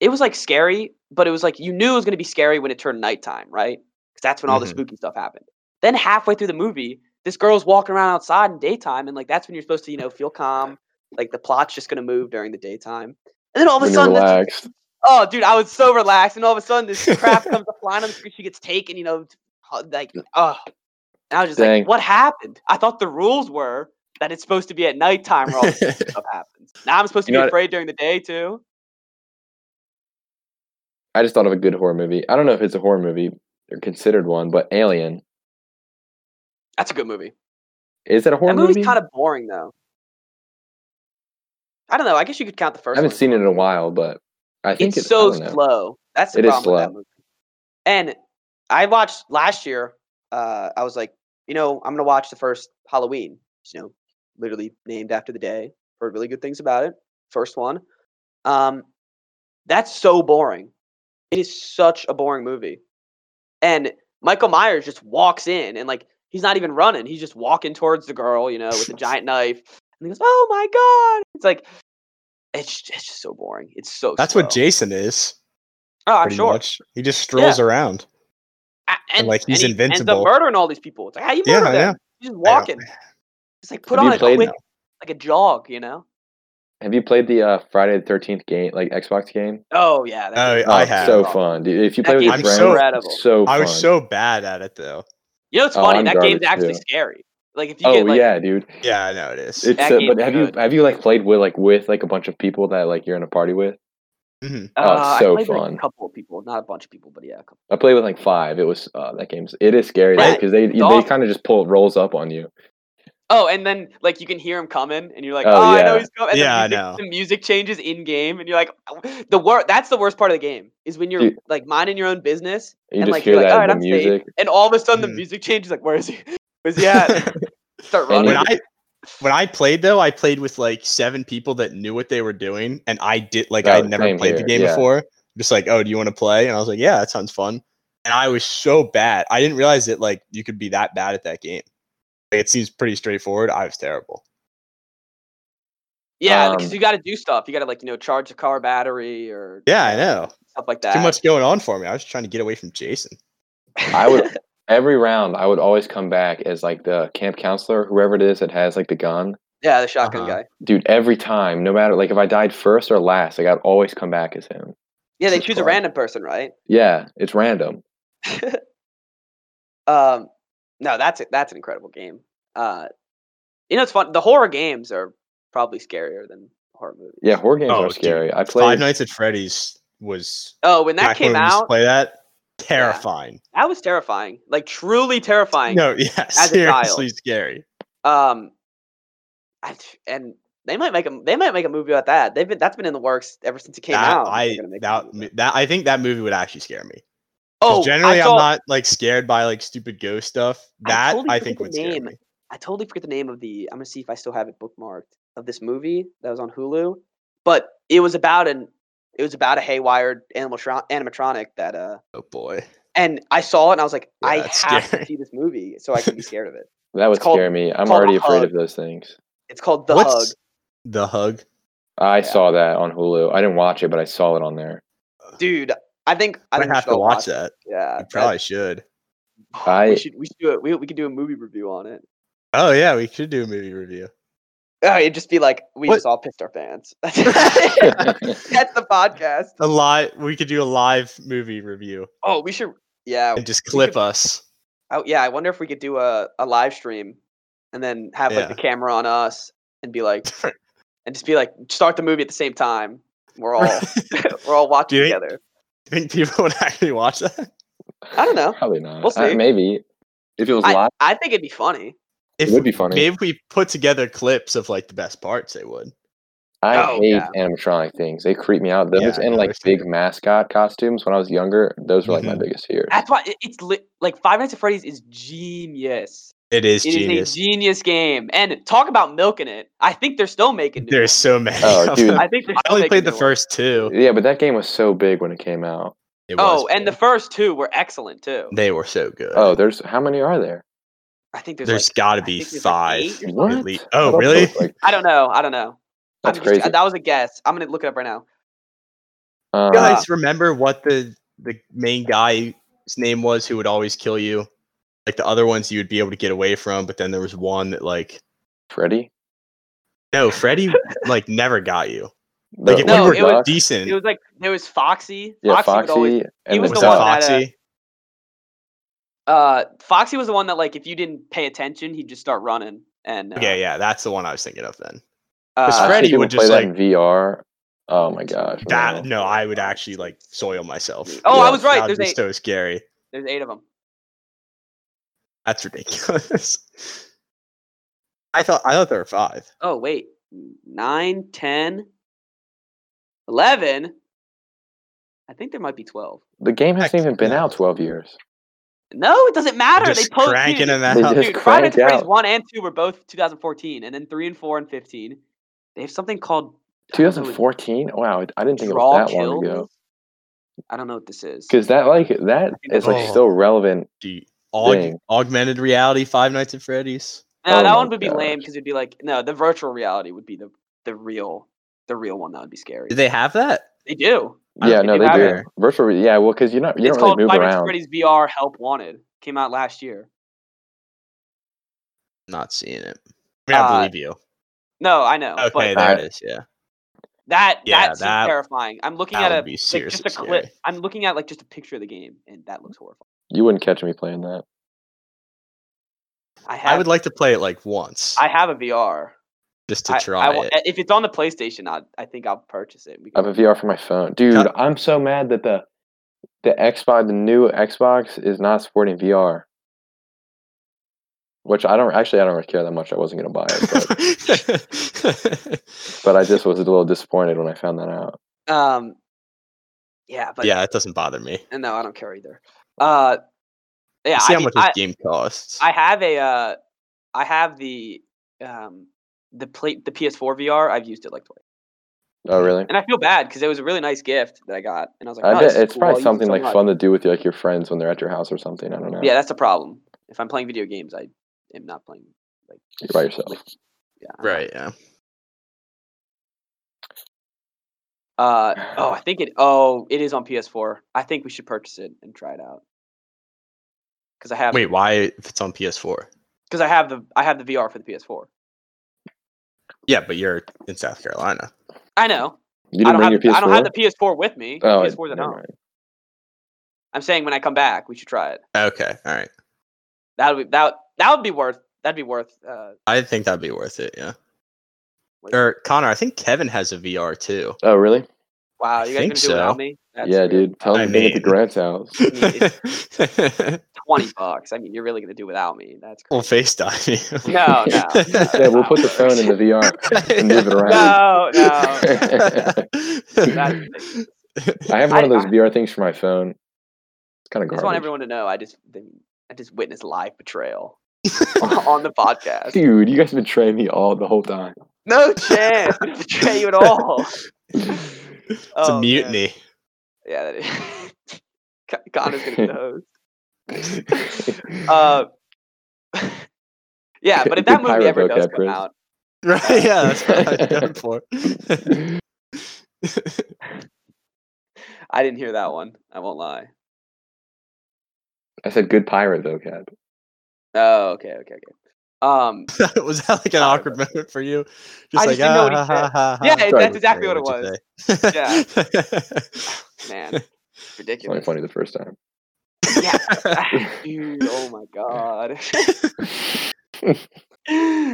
it was like scary, but it was like you knew it was going to be scary when it turned nighttime, right? Because that's when all the
Mm-hmm.
Mhm.
spooky stuff happened. Then halfway through the movie, this girl's walking around outside in daytime, and like that's when you're supposed to you know feel
[LAUGHS]
calm. Like the plot's just going to move during the daytime, and then all of a
When you're
sudden, this
relaxed.
Oh, dude, I was so relaxed, and all of a sudden, this crap
[LAUGHS]
comes flying on the screen. She gets taken, you know, hu- like, oh. I was just
Dang.
like, what happened? I thought the rules were that it's supposed to be at nighttime where all
[LAUGHS]
this stuff happens. Now I'm supposed to
You know
be
what-
afraid during the day too.
I just thought of a good horror movie. I don't know if it's a horror movie or considered one, but Alien.
That's a good movie.
Is it a horror
that movie's
movie?
kind of boring though. I don't know. I guess you could count the first.
I haven't
one.
seen it in a while, but I think
it's
it's
so slow. That's the
It is
problem with that movie. And I watched last year. Uh, I was like, you know, I'm gonna watch the first Halloween. You know, literally named after the day. Heard really good things about it. First one. Um, that's so boring. It is such a boring movie. And Michael Myers just walks in and like he's not even running. He's just walking towards the girl, you know,
[LAUGHS]
with a giant knife. And he goes, "Oh my god!" It's like it's just, it's just so boring. It's so.
[LAUGHS] That's
slow.
what Jason is.
Oh, I'm
Pretty
sure.
much. He just strolls around.
A- And,
like, he's
he Ends
invincible.
up murdering all these people. It's like how you
Yeah,
murder
I
them? He's just walking. It's like put
Have you
on a
played-
quick, like a jog, you know?
Have you played the uh, Friday the Thirteenth game, like Xbox game?
Oh yeah. that
Oh,
game's
yeah, I
it's
awesome.
have.
So fun, dude. If you
That
play with your
game's
game's
friends,
incredible.
it's so fun.
I was so bad at it though.
You know, it's
Oh,
funny.
I'm
that game's
garbage,
actually
too.
scary. Like if you
Oh
get like
yeah, dude.
Yeah, I know it
[LAUGHS]
is.
It's
That
uh,
game's
but have you
good.
have you like played with like with like a bunch of people that like you're in a party with?
Mhm.
uh,
oh, so
I played with, like,
fun.
a couple of people, not a bunch of people, but yeah, a couple.
I played with like five. It was uh, that game's it is scary
Yeah,
because they
it's
they
awful.
kind of just pull rolls up on you.
Oh, and then like you can hear him coming, and you're like,
Oh,
"Oh, I know
yeah.
he's coming." And
Yeah,
the
I
music,
know.
The music changes in game, and you're like, "Oh, "The wor- That's the worst part of the game is when you're
Dude.
like minding your own business,
You
and
just
like
hear
you're like,
that
"All right,
in the
I'm
music.
safe," and all of a sudden the
Mhm.
music changes. Like, where is he? [LAUGHS] Where's he at?
[LAUGHS]
Start running.
when I when I played though, I played with like seven people that knew what they were doing, and I did like
Oh,
I'd never
same
played the
here,
game
yeah.
before. Just like, oh, do you want to play? And I was like, yeah, that sounds fun. And I was so bad. I didn't realize that like you could be that bad at that game. Like, it seems pretty straightforward. I was terrible.
Yeah, because
Um,
you got to do stuff. You got to like you know charge a car battery or
Yeah, I know.
stuff like that.
Too
[LAUGHS]
much going on for me. I was trying to get away from Jason.
[LAUGHS]
I would every round I would always come back as like the camp counselor, whoever it is that has like the gun.
yeah, the shotgun
Uh-huh.
guy.
Dude, every time, no matter like if I died first or last, like I'd always come back as him.
Yeah, they
This is
choose a
fun.
random person, right?
Yeah, it's random.
Um, no, that's it. That's an incredible game. Uh, you know, it's fun. The horror games are probably scarier than horror movies.
Yeah, horror games
Oh,
are
dude.
scary. I
Five
played
Nights at Freddy's was
Oh, when that
back
came
when we used to
out,
play that terrifying.
that was terrifying. Like truly terrifying.
No, [LAUGHS] yeah,
a child.
seriously scary.
Um, I, and they might make a they might make a movie about that. They've been that's been in the works ever since it came
That,
out.
I that,
that,
that I think that movie would actually scare me. 'Cause
oh,
generally
I
I'm
saw-
not like scared by like stupid ghost stuff.
I
That I,
totally forget
think
the
would scare
name.
me.
I totally forget the name of the. I'm gonna see if I still have it bookmarked of this movie that was on Hulu, but it was about an it was about a haywired animal tro- animatronic that uh
Oh boy.
and I saw it and I was like
Yeah,
I have
it's
to
scary.
see this movie so I can be scared
[LAUGHS]
of it.
that would
It's called-
scare me. I'm
called
already afraid
Hug.
of those things.
It's called The Hug.
the hug?
I
Yeah.
saw that on Hulu. I didn't watch it, but I saw it on there.
Dude, I think I
I
think we
have
should
to
all
watch
it.
that.
Yeah,
I
that-
probably should.
I-
we should we should do it. We we could do a movie review on it.
Oh yeah, we should do a movie review.
Uh, it'd just be like we
What-
just all pissed our
[LAUGHS]
pants. [LAUGHS] That's the podcast.
A live we could do a live movie review.
Oh, we should. Yeah.
and just clip us. [LAUGHS]
I, Oh, yeah, I wonder if we could do a, a live stream and then have like the camera on us and be like and just be like start the movie at the same time.
[LAUGHS]
We're all [LAUGHS] we're all watching
Do you-
together.
think people would actually watch that?
I don't know.
Probably not.
We'll
Uh,
see.
maybe if it was
I,
live,
I think it'd be funny.
If
it would be funny.
maybe if we put together clips of like the best parts, they would.
I
Oh,
hate
yeah.
animatronic things. They creep me out. Those
Yeah, I
and
know,
like
they're
big
stupid.
mascot costumes when I was younger, those were like my
Mhm.
biggest fears.
That's why it, it's li- like Five Nights at Freddy's is genius.
It is
It is
genius.
a genius game, and talk about milking it. I think they're still making. New
There's
ones.
so many.
Oh,
of
dude.
them.
I think they're
I
still
only
making
played the
new ones.
first two.
Yeah, but that game was so big when it came out.
It was
Oh, and the
big.
first two were excellent too.
they were so good.
Oh, there's how many are there?
I think there's,
there's
like,
got to
I
be
think there's, like,
five.
eight or
What?
at least-
I
Oh,
thought there
really?
was, like,
I don't know. I don't know.
that's
I'm just-
crazy.
that was a guess. I'm gonna look it up right now.
Uh,
You guys remember what the the main guy's name was who would always kill you? Like the other ones you would be able to get away from, but then there was one that like
Freddy.
no, Freddy like never got you.
The-
Like if
No,
you were
it was-
Buck,
decent,
It was like there was Foxy.
yeah,
Foxy,
Foxy,
would always.
and
was
was,
then
the
that
one
Buck.
that, uh,
Foxy?
Uh, Foxy was the one that like if you didn't pay attention, he'd just start running. And uh,
okay, yeah, that's the one I was thinking of then.
I've
uh,
seen
Freddy
people
would
play
just,
that
like-
in VR. Oh my gosh.
That
no.
no, I would actually like soil myself.
Oh,
I
was right,
That
there's
would be
eight.
so scary.
there's eight of them.
That's ridiculous. [LAUGHS] I thought I thought there were five.
Oh wait, nine, ten, eleven. I think there might be twelve.
The game hasn't
Heck
even been
no.
out 12 years.
No, it doesn't matter.
Just
they post
cranking
dude,
them out.
They just
Dude, Friday
crank
the Freddy's
out.
one and two were both 2014, and then three and four and 15. They have something called I don't know, it-
2014? Wow, I- I didn't think it
draw
was that
kills.
long ago.
I don't know what this is.
Because that like that is like
Oh.
still relevant.
Gee, aug-
Dang.
augmented reality, Five Nights at Freddy's.
No,
oh
that
my
one would be lame
gosh.
because it'd be like no, the virtual reality would be the the real the real one that would be scary.
Do they have that?
They do.
I don't
yeah,
think
no,
you
they
have
do.
it.
Virtual, re- yeah, well, because you're not you
it's
don't really
called
move
Five Nights at
around.
Freddy's VR Help Wanted. Came out last year.
Not seeing it. I, mean, I
Uh,
believe you.
No, I know.
Okay,
but
there
I-
it is. Yeah,
that
Yeah,
that seems
that-
terrifying. I'm looking
that
at a
would be
like,
seriously
just a clip.
scary.
I'm looking at like just a picture of the game, and that looks horrifying.
You wouldn't catch me playing that.
I have
I would like to play it like once,
I have a VR.
just to
I- I
try
wa-
it.
If it's on the PlayStation, I, I think I'll purchase it. We
I have
can-
a VR for my phone, dude.
Cut.
I'm so mad that the the Xbox, the new Xbox, is not supporting VR. Which I don't actually, I don't really care that much. I wasn't gonna buy it,
[LAUGHS]
but,
[LAUGHS]
but I just was a little disappointed when I found that out.
um, yeah, but
yeah, it doesn't bother me.
and no, I don't care either. Uh, yeah,
See
I,
how
mean,
much
I,
this game costs.
I have a, uh, I have the, um, the play, the PS4 VR. I've used it like twice,
Oh, really?
and I feel bad because it was a really nice gift that I got, and I was like,
I
"Oh,
bet
this is
it's
cool, I'll use
probably
it
something
so
like
much."
fun to do with like your friends when they're at your house or something. I don't know.
Yeah, that's a problem. If I'm playing video games, I am not playing.
You're by yourself.
Yeah, I'm not-
right. Yeah.
Uh, oh, I think it. Oh, it is on PS4. I think we should purchase it and try it out. Because I have.
Wait, why? If it's on PS4.
because I have the I have the VR for the PS4.
Yeah, but you're in South Carolina.
I know. I
You didn't
don't
bring
have
your
the,
PS4.
I don't have the PS4 with me.
oh,
The
it-
PS4's at
never
home.
mind.
I'm saying when I come back, we should try it.
Okay. All right.
That would be that that would be worth that'd be worth. Uh,
I think that'd be worth it. Yeah.
Wait.
Or Connor, I think Kevin has a VR [LAUGHS] too.
Oh, really?
wow,
I
you guys
think
gonna do it without
so.
me? That's
yeah,
weird.
dude. Tell
I
me at the
mean-
Grant's
[LAUGHS]
house.
[LAUGHS] Twenty bucks. I mean, you're really gonna do without me? That's
we'll
crazy.
FaceTime you.
no, [LAUGHS] no, no,
Yeah, we'll put the phone in
[LAUGHS]
the VR and move it around.
[LAUGHS] No, no. That's
no.
ridiculous.
I have one of
I-
those VR things for my phone. It's kind of
I just want
garbage.
everyone to know. I just I just witnessed live
[LAUGHS]
betrayal [LAUGHS] on the podcast.
Dude, you guys betray me all the whole time.
[LAUGHS]
[LAUGHS]
No chance. We didn't betray [LAUGHS] you at all.
it's
Oh,
a
man.
mutiny.
Yeah, that is. [LAUGHS] Con- Connor's gonna [LAUGHS] be the host. [LAUGHS] Uh, [LAUGHS] yeah, but if
Good
that movie ever
pyro vocab,
does come
Chris.
out,
[LAUGHS] Right? Yeah, that's what I was going for. [LAUGHS]
I didn't hear that one. I won't lie.
I said good pirate though, Cap.
Oh, okay, okay, okay. Um,
was that like an
Sorry
awkward moment for you? Just
I
like,
just didn't know
ah,
what he
ha,
said.
ha, ha,
Yeah,
ha.
it-
that's
Sorry,
exactly
Jay,
what it
what'd you
Yeah. [LAUGHS]
say?
man,
It's [LAUGHS]
it's
It's only
ridiculous.
funny the first time.
[LAUGHS]
yeah. Dude, oh my god.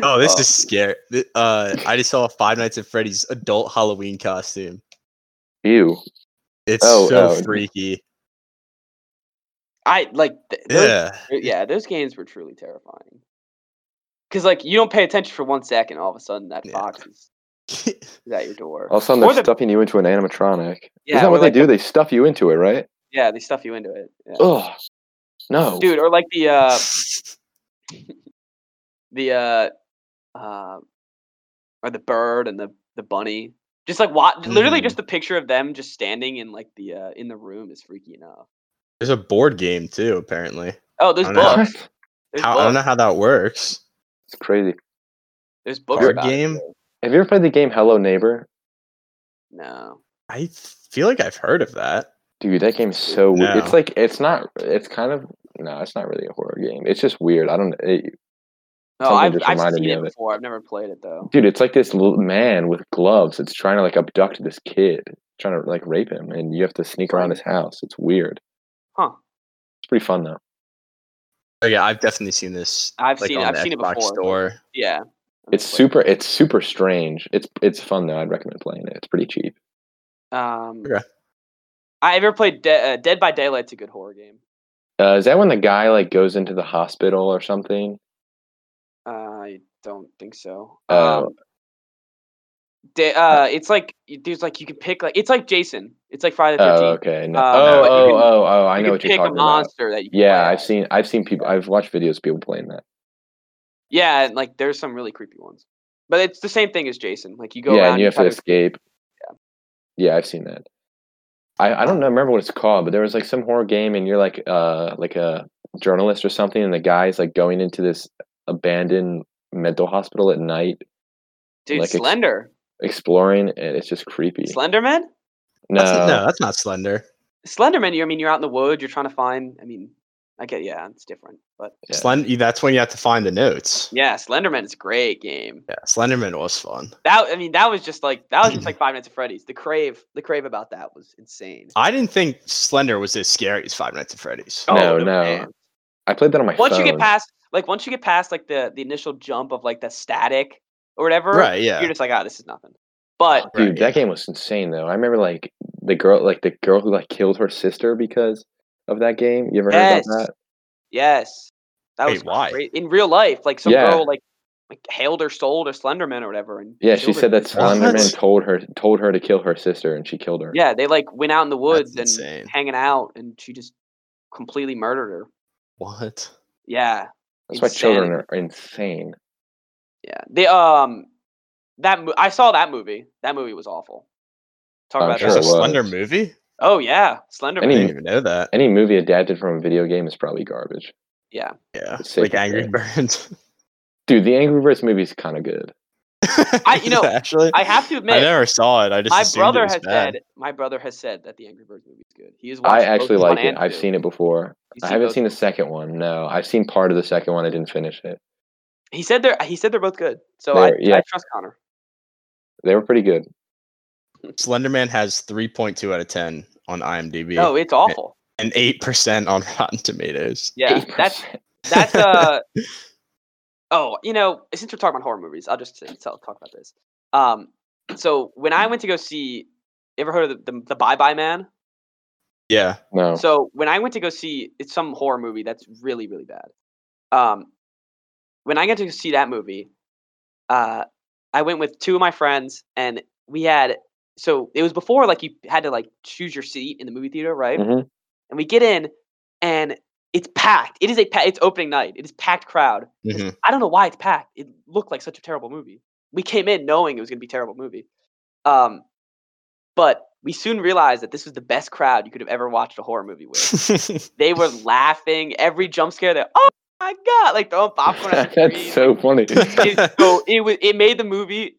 Oh, this is scary. Th- Uh, I just saw Five Nights at Freddy's adult Halloween costume.
Ew.
It's
Oh,
so
oh.
freaky.
I like th- those,
Yeah. [LAUGHS]
yeah, those games were truly terrifying. Cause like you don't pay attention for one second, all of a sudden that
Yeah.
box is, is at your door.
All of a sudden,
Or
they're
the-
stuffing you into an animatronic.
yeah,
Isn't that
or,
what
like,
they do? They stuff you into it, right?
Yeah, they stuff you into it. yeah.
Ugh. Oh, No.
Dude, or like the uh the uh, uh or the bird and the the bunny. Just like what literally
Mhm.
just the picture of them just standing in like the uh in the room is freaky enough.
There's a board game too, apparently.
Oh, there's
I don't know.
books.
[LAUGHS] What?
There's
[LAUGHS] How, I
books.
don't know how that works.
It's crazy.
There's books
Card
about it,
game?
too.
Have you ever played the game Hello Neighbor?
No.
I feel like I've heard of that.
Dude, that game's so weird.
No.
It's like it's not. It's kind of no. It's not really a horror game. It's just weird. I don't. It,
No,
Something
I've,
just
I've
reminded
seen
me
it
of it.
before. I've never played it though.
dude, it's like this little man with gloves. that's trying to like abduct this kid, trying to like rape him, and you have to sneak around his house. It's weird.
Huh.
It's pretty fun though.
Oh yeah, I've definitely seen this.
I've
like,
seen it.
on
I've
the
seen it
Xbox
before.
Store.
Yeah. I've
It's
never played
super. It's super strange. It's it's fun though. I'd recommend playing it. It's pretty cheap.
it. Um
Okay.
I ever played De- uh, Dead by Daylight's a good horror game.
Uh, is that when the guy like goes into the hospital or something?
I don't think so.
Oh.
Um, da- uh, it's like y- there's like you can pick like it's like Jason. It's like Friday the
Oh,
Thirteenth.
okay. No.
Uh,
oh,
but
oh,
you can-
oh, oh, I know what
pick
you're
a
talking about.
monster that you. can
Yeah,
play
I've
as.
seen I've seen people I've watched videos of people playing that.
Yeah, and like there's some really creepy ones, but it's the same thing as Jason. Like you go
yeah,
around.
and you have to
try
escape. Yeah. I've seen that. I, I don't know, remember what it's called, but there was like some horror game, and you're like uh like a journalist or something, and the guy's like going into this abandoned mental hospital at night,
dude,
like, ex-
Slender,
exploring, and it's just creepy.
Slenderman,
No,
That's- no, that's not Slender.
Slenderman. You, I mean, you're out in the woods. You're trying to find. I mean, I get. Yeah, it's different, but
Yeah.
Slend- that's when you have to find the notes.
yeah, Slenderman is a great game.
Yeah, Slenderman was fun.
That I mean, that was just like that was just like Five Nights at Freddy's. The crave, the crave about that was insane.
I didn't think Slender was as scary as Five Nights at Freddy's.
Oh,
no,
no,
no.
man.
I played that on my
once
phone.
you get past like once you get past like the the initial jump of like the static or whatever
Right, yeah.
you're just like ah this is nothing but
Dude,
Right,
that
yeah.
game was insane though. I remember like the girl, like the girl who like killed her sister because of that game. You ever
Yes.
heard about that?
yes that
Wait,
was
why?
great. in real life like some
Yeah.
girl like like hailed her soul to slenderman or whatever and
Yeah, she
killed her
said that
sister.
What?
Slenderman told her told her to kill her sister, and she killed her.
[LAUGHS] yeah they like went
[LAUGHS]
out in the woods and
insane.
hanging out and she just completely murdered her
What?
yeah
that's why children
insanity.
are insane.
yeah they um that mo- i saw that movie that movie was awful talk
I'm
about
sure
that.
There's a
it was.
Slender movie?
oh yeah slenderman
I
Any-
didn't even know that.
Any movie adapted from a video game is probably garbage.
yeah
Yeah,
It's safe
like
to
Angry
say.
Birds.
Dude, the Angry Birds movie is kind of good.
[LAUGHS] I- you know,
[LAUGHS] actually,
i have to admit
I never saw it. I just
my
assumed it
brother
was
has
bad.
said my brother has said that the Angry Birds movie is good. He is.
I actually like it. I've seen it before. I haven't seen the second one. No, I've seen part of the second one. I didn't finish it.
He said they're. He said they're both good. So
They
I,
were- yeah.
I trust Connor.
They were pretty good.
Slenderman has 3.2 out of 10 on IMDb
No, it's awful.
and 8% on [LAUGHS] Rotten Tomatoes.
Yeah, that's
8%.
that's
[LAUGHS]
uh. oh, you know, since we're talking about horror movies, I'll just say- tell, talk about this. Um, so when I went to go see, ever heard of the the, the Bye Bye Man?
Yeah.
no.
So when I went to go see, it's some horror movie that's really really bad. Um, when I got to see that movie, uh, I went with two of my friends, and we had so it was before like you had to like choose your seat in the movie theater, right?
Mhm.
And we get in, and it's packed. It is a pa- it's opening night. It is packed crowd.
[LAUGHS] Mhm.
I don't know why it's packed. It looked like such a terrible movie. We came in knowing it was going to be a terrible movie. Um, but we soon realized that this was the best crowd you could have ever watched a horror movie with. they were laughing every jump scare. They're oh my god, like throwing popcorn. At the
[LAUGHS] that's
screen,
so funny.
it, so it was it made the movie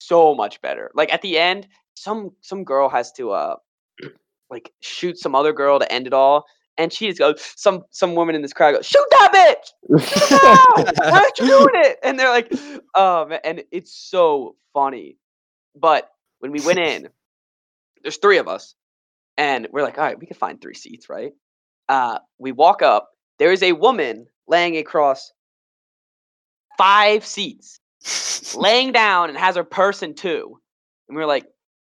so much better. Like at the end, some some girl has to uh [CLEARS THROAT] like shoot some other girl to end it all. And she just goes, some some woman in this crowd goes, shoot that bitch! No! Why aren't you doing it? And they're like, oh man, and it's so funny. But when we went in, there's three of us, and we're like, all right, we can find three seats, right? Uh, we walk up. There is a woman laying across five seats, laying down and has her person too. And we were like,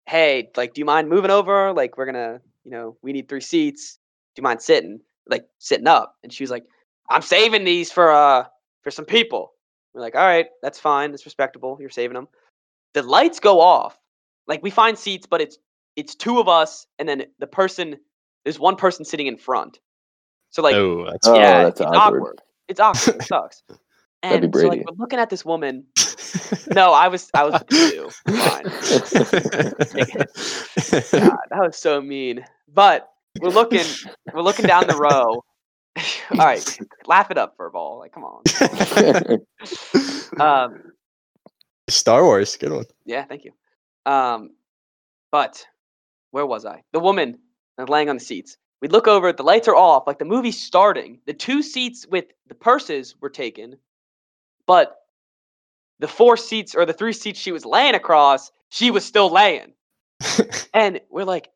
"Hey, like, do you mind moving over? Like, we're gonna, you know, we need three seats. Do you mind sitting? Like, sitting up?" And she was like, "I'm saving these for uh for some people." We're like, "All right, that's fine. That's respectable. You're saving them." The lights go off. Like, we find seats, but it's it's two of us, and then the person there's one person sitting in front. So like,
oh, that's [LAUGHS]
[LAUGHS] Oh,
yeah,
that's
it's
awkward.
It's awkward. It sucks.
[LAUGHS] That'd
And
be
so
Brady.
like we're looking at this
[LAUGHS]
woman. No, I was I was with you. Fine. God, that was so mean. But we're looking we're looking down the row. [LAUGHS] All right, laugh it up for a ball. Like, come on. Um,
Star Wars, good one.
yeah, thank you. Um, but where was I? The woman uh, laying on the seats. We look over. The lights are off. Like the movie's starting. The two seats with the purses were taken, but the four seats or the three seats she was laying across, she was still laying. and we're like,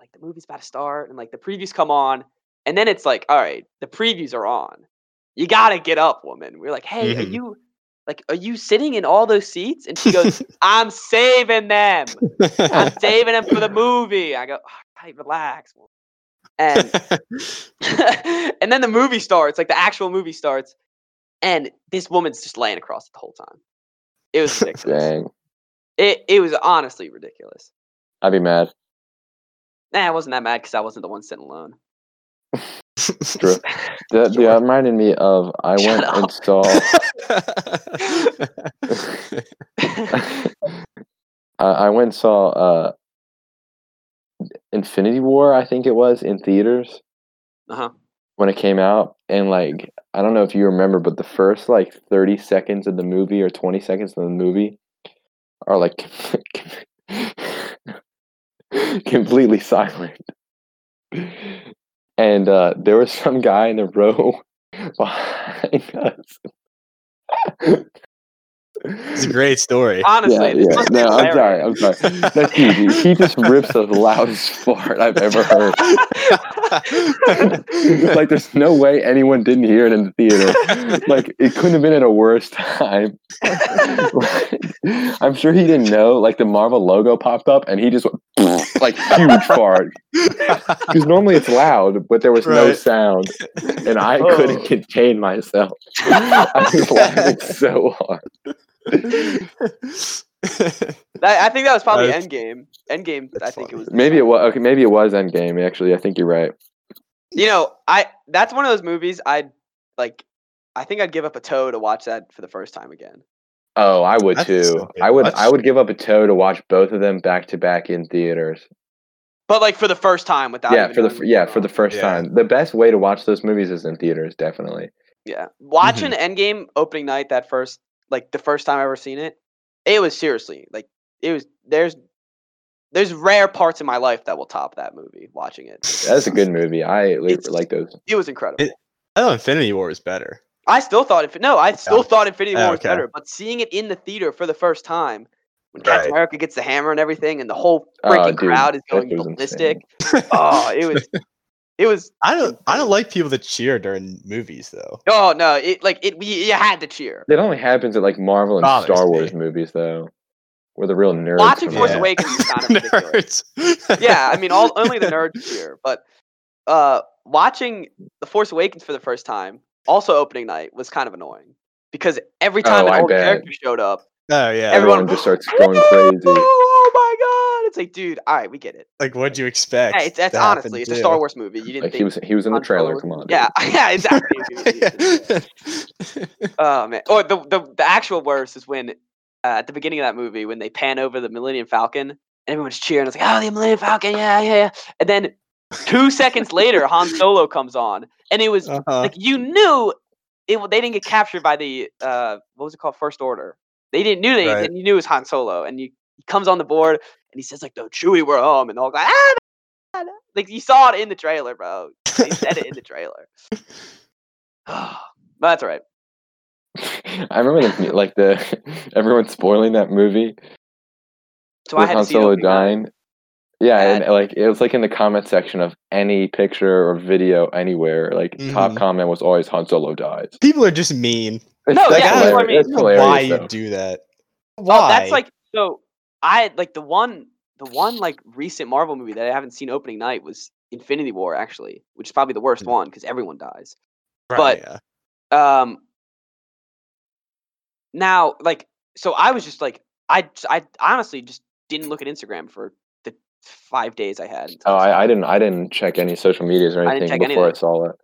like the movie's about to start, and like the previews come on, and then it's like, all right, the previews are on. You gotta get up, woman. We're like, hey, are
Mhm.
you like are you sitting in all those seats? And she goes, I'm saving them. I'm
Oh.
saving them for the movie. I go, "All right, relax. woman."
[LAUGHS]
And [LAUGHS] and then the movie starts, like the actual movie starts, and this woman's just laying across it the whole time. It
[LAUGHS]
was ridiculous.
[LAUGHS] Dang.
it it was honestly ridiculous.
I'd be mad.
Nah, I wasn't that mad because I wasn't the one sitting
[LAUGHS]
alone. [LAUGHS]
True. That,
Sure.
that reminded me of I
Shut
went
up.
and saw. I, I went and saw uh, Infinity War. I think it was in theaters
Uh-huh.
when it came out, and like I don't know if you remember, but the first like thirty seconds of the movie or twenty seconds of the movie are like [LAUGHS] completely silent. And uh, there was some guy in the row [LAUGHS] behind us.
[LAUGHS] It's a
[LAUGHS]
great story. [LAUGHS]
Honestly, this must be
No, I'm sorry.
hilarious.
I'm sorry. That's easy. He just rips the loudest [LAUGHS] fart I've ever heard. [LAUGHS] like, there's no way anyone didn't hear it in the
[LAUGHS]
theater. Like, it couldn't have been at a worse time. [LAUGHS] Like, I'm sure he didn't know. Like, the Marvel logo popped up, and he just went [LAUGHS] like
[LAUGHS]
huge fart because normally it's loud, but there was no
Right.
sound, and I
Oh.
couldn't contain myself. [LAUGHS] I
[LAUGHS]
was laughing so hard.
[LAUGHS] That- I think that was probably
That's-
Endgame. Endgame. I
that's
think it
funny.
was.
Maybe it was okay. Maybe it was Endgame. Actually, I think you're right.
You know, I that's one of those movies I'd like. I think I'd give up a toe to watch that for the first time again.
Oh, I would
That's
too.
something.
I would.
That's-
I would give up a toe to watch both of them back to back in theaters.
But like for the first time without.
yeah,
even
for
knowing
the f-
what's
yeah
going
for the
on.
first
Yeah.
time. The best way to watch those movies is in theaters, definitely.
Yeah, watching
Mm-hmm.
Endgame opening night that first like the first time I ever seen it, it was seriously like it was there's there's rare parts in my life that will top that movie. Watching it,
That's a good movie. I li-
It's-
like those.
it was incredible.
It- I thought Infinity War was better.
I still thought if no, I still thought Infinity War
Oh,
was
okay.
better, but seeing it in the theater for the first time when Captain
Right.
America gets the hammer and everything, and the whole
Oh,
freaking
dude,
crowd is
that
going
was insane.
ballistic. oh, it was, it was.
[LAUGHS] I don't. I don't like people that cheer during movies, though.
Oh no, it like it. We, you had to cheer.
It only happens at like Marvel and
Bothers
Star
me.
Wars movies, though. Where the real nerds.
Watching
come
Force
out.
Yeah.
Awakens is
[LAUGHS]
kind of ridiculous.
Nerds.
yeah, I mean, all only
[LAUGHS]
the nerds cheer, but uh, watching The Force Awakens for the first time, also opening night, was kind of annoying because every time
Oh,
an
I
old
bet.
character showed up,
[LAUGHS] Oh yeah.
everyone, [LAUGHS]
Everyone just starts going crazy.
Oh my god! It's like, dude, all right, we get it.
Like, what'd you expect?
Hey, it's, that's
to happen,
honestly, it's a
too?
Star Wars movie. You didn't
Like
think
he was. He was in the
Han Solo
trailer.
was-
Come on. dude.
Yeah, [LAUGHS] yeah, exactly.
[LAUGHS]
Oh man! Or the, the the actual worst is when uh, at the beginning of that movie when they pan over the Millennium Falcon and everyone's cheering. It's like, oh, the Millennium Falcon, yeah, yeah, yeah. And then two seconds later, Han Solo comes on, and it was
Uh-huh.
like you knew it. w- They didn't get captured by the uh, what was it called, First Order. They didn't knew they.
Right.
And you knew it was Han Solo, and you, he comes on the board and he says like, "No, Chewie, we're home," and they're all like, "Ah, no, no." like you saw it in the trailer, bro. They said it in the trailer. [SIGHS] but that's all right.
[LAUGHS] I remember the, [LAUGHS] like the everyone spoiling that movie
So I
with
had
Han
to see it
Solo
opening night.
dying, Yeah,
Bad.
and like it was like in the comment section of any picture or video anywhere, like top
Mhm.
comment was always Han Solo dies.
People are just mean.
It's,
No, yeah,
that's
that's what I
hilarious.
mean.
That's
I don't know why
hilarious.
you
though.
do that? Why?
Oh, that's like so. I like the one, the one like recent Marvel movie that I haven't seen opening night was Infinity War, actually, which is probably the worst one because everyone dies.
Right,
but-
yeah.
Um, now, like, so I was just like, I, j- I honestly just didn't look at Instagram for the five days I had. until
Oh,
I saw
I, I
it.
didn't. I didn't check any social medias or
I didn't
anything
check
before I
anything.
saw it.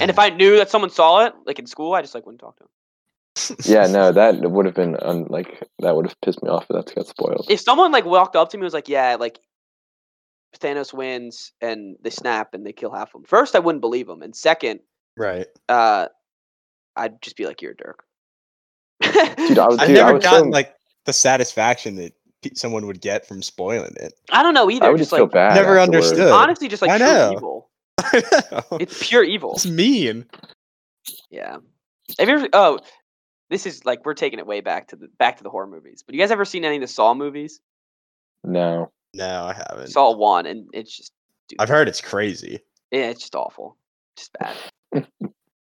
And if [LAUGHS] I knew that someone saw it, like in school, I just like wouldn't talk to them.
[LAUGHS]
Yeah, no, that would have been un- like that would have pissed me off if that got spoiled.
If someone like walked up to me and was like, "Yeah, like Thanos wins and they snap and they kill half of them," first I wouldn't believe them, and second,
right.
uh, I'd just be like, "You're a jerk." [LAUGHS]
Dude, I was,
I've
dude, I
never
was so-
gotten like the satisfaction that pe- someone would get from spoiling it. [LAUGHS]
I don't know either.
I would
just
just
like
feel bad.
Never
afterwards.
understood.
honestly, just like
I
pure
know.
evil.
[LAUGHS] I know.
It's pure evil.
It's mean.
Yeah. Have you ever? Oh, this is like we're taking it way back to the back to the horror movies. But you guys ever seen any of the Saw movies?
No,
No, I haven't.
Saw one, and it's just
I've heard it's crazy.
yeah, it's just awful, just bad.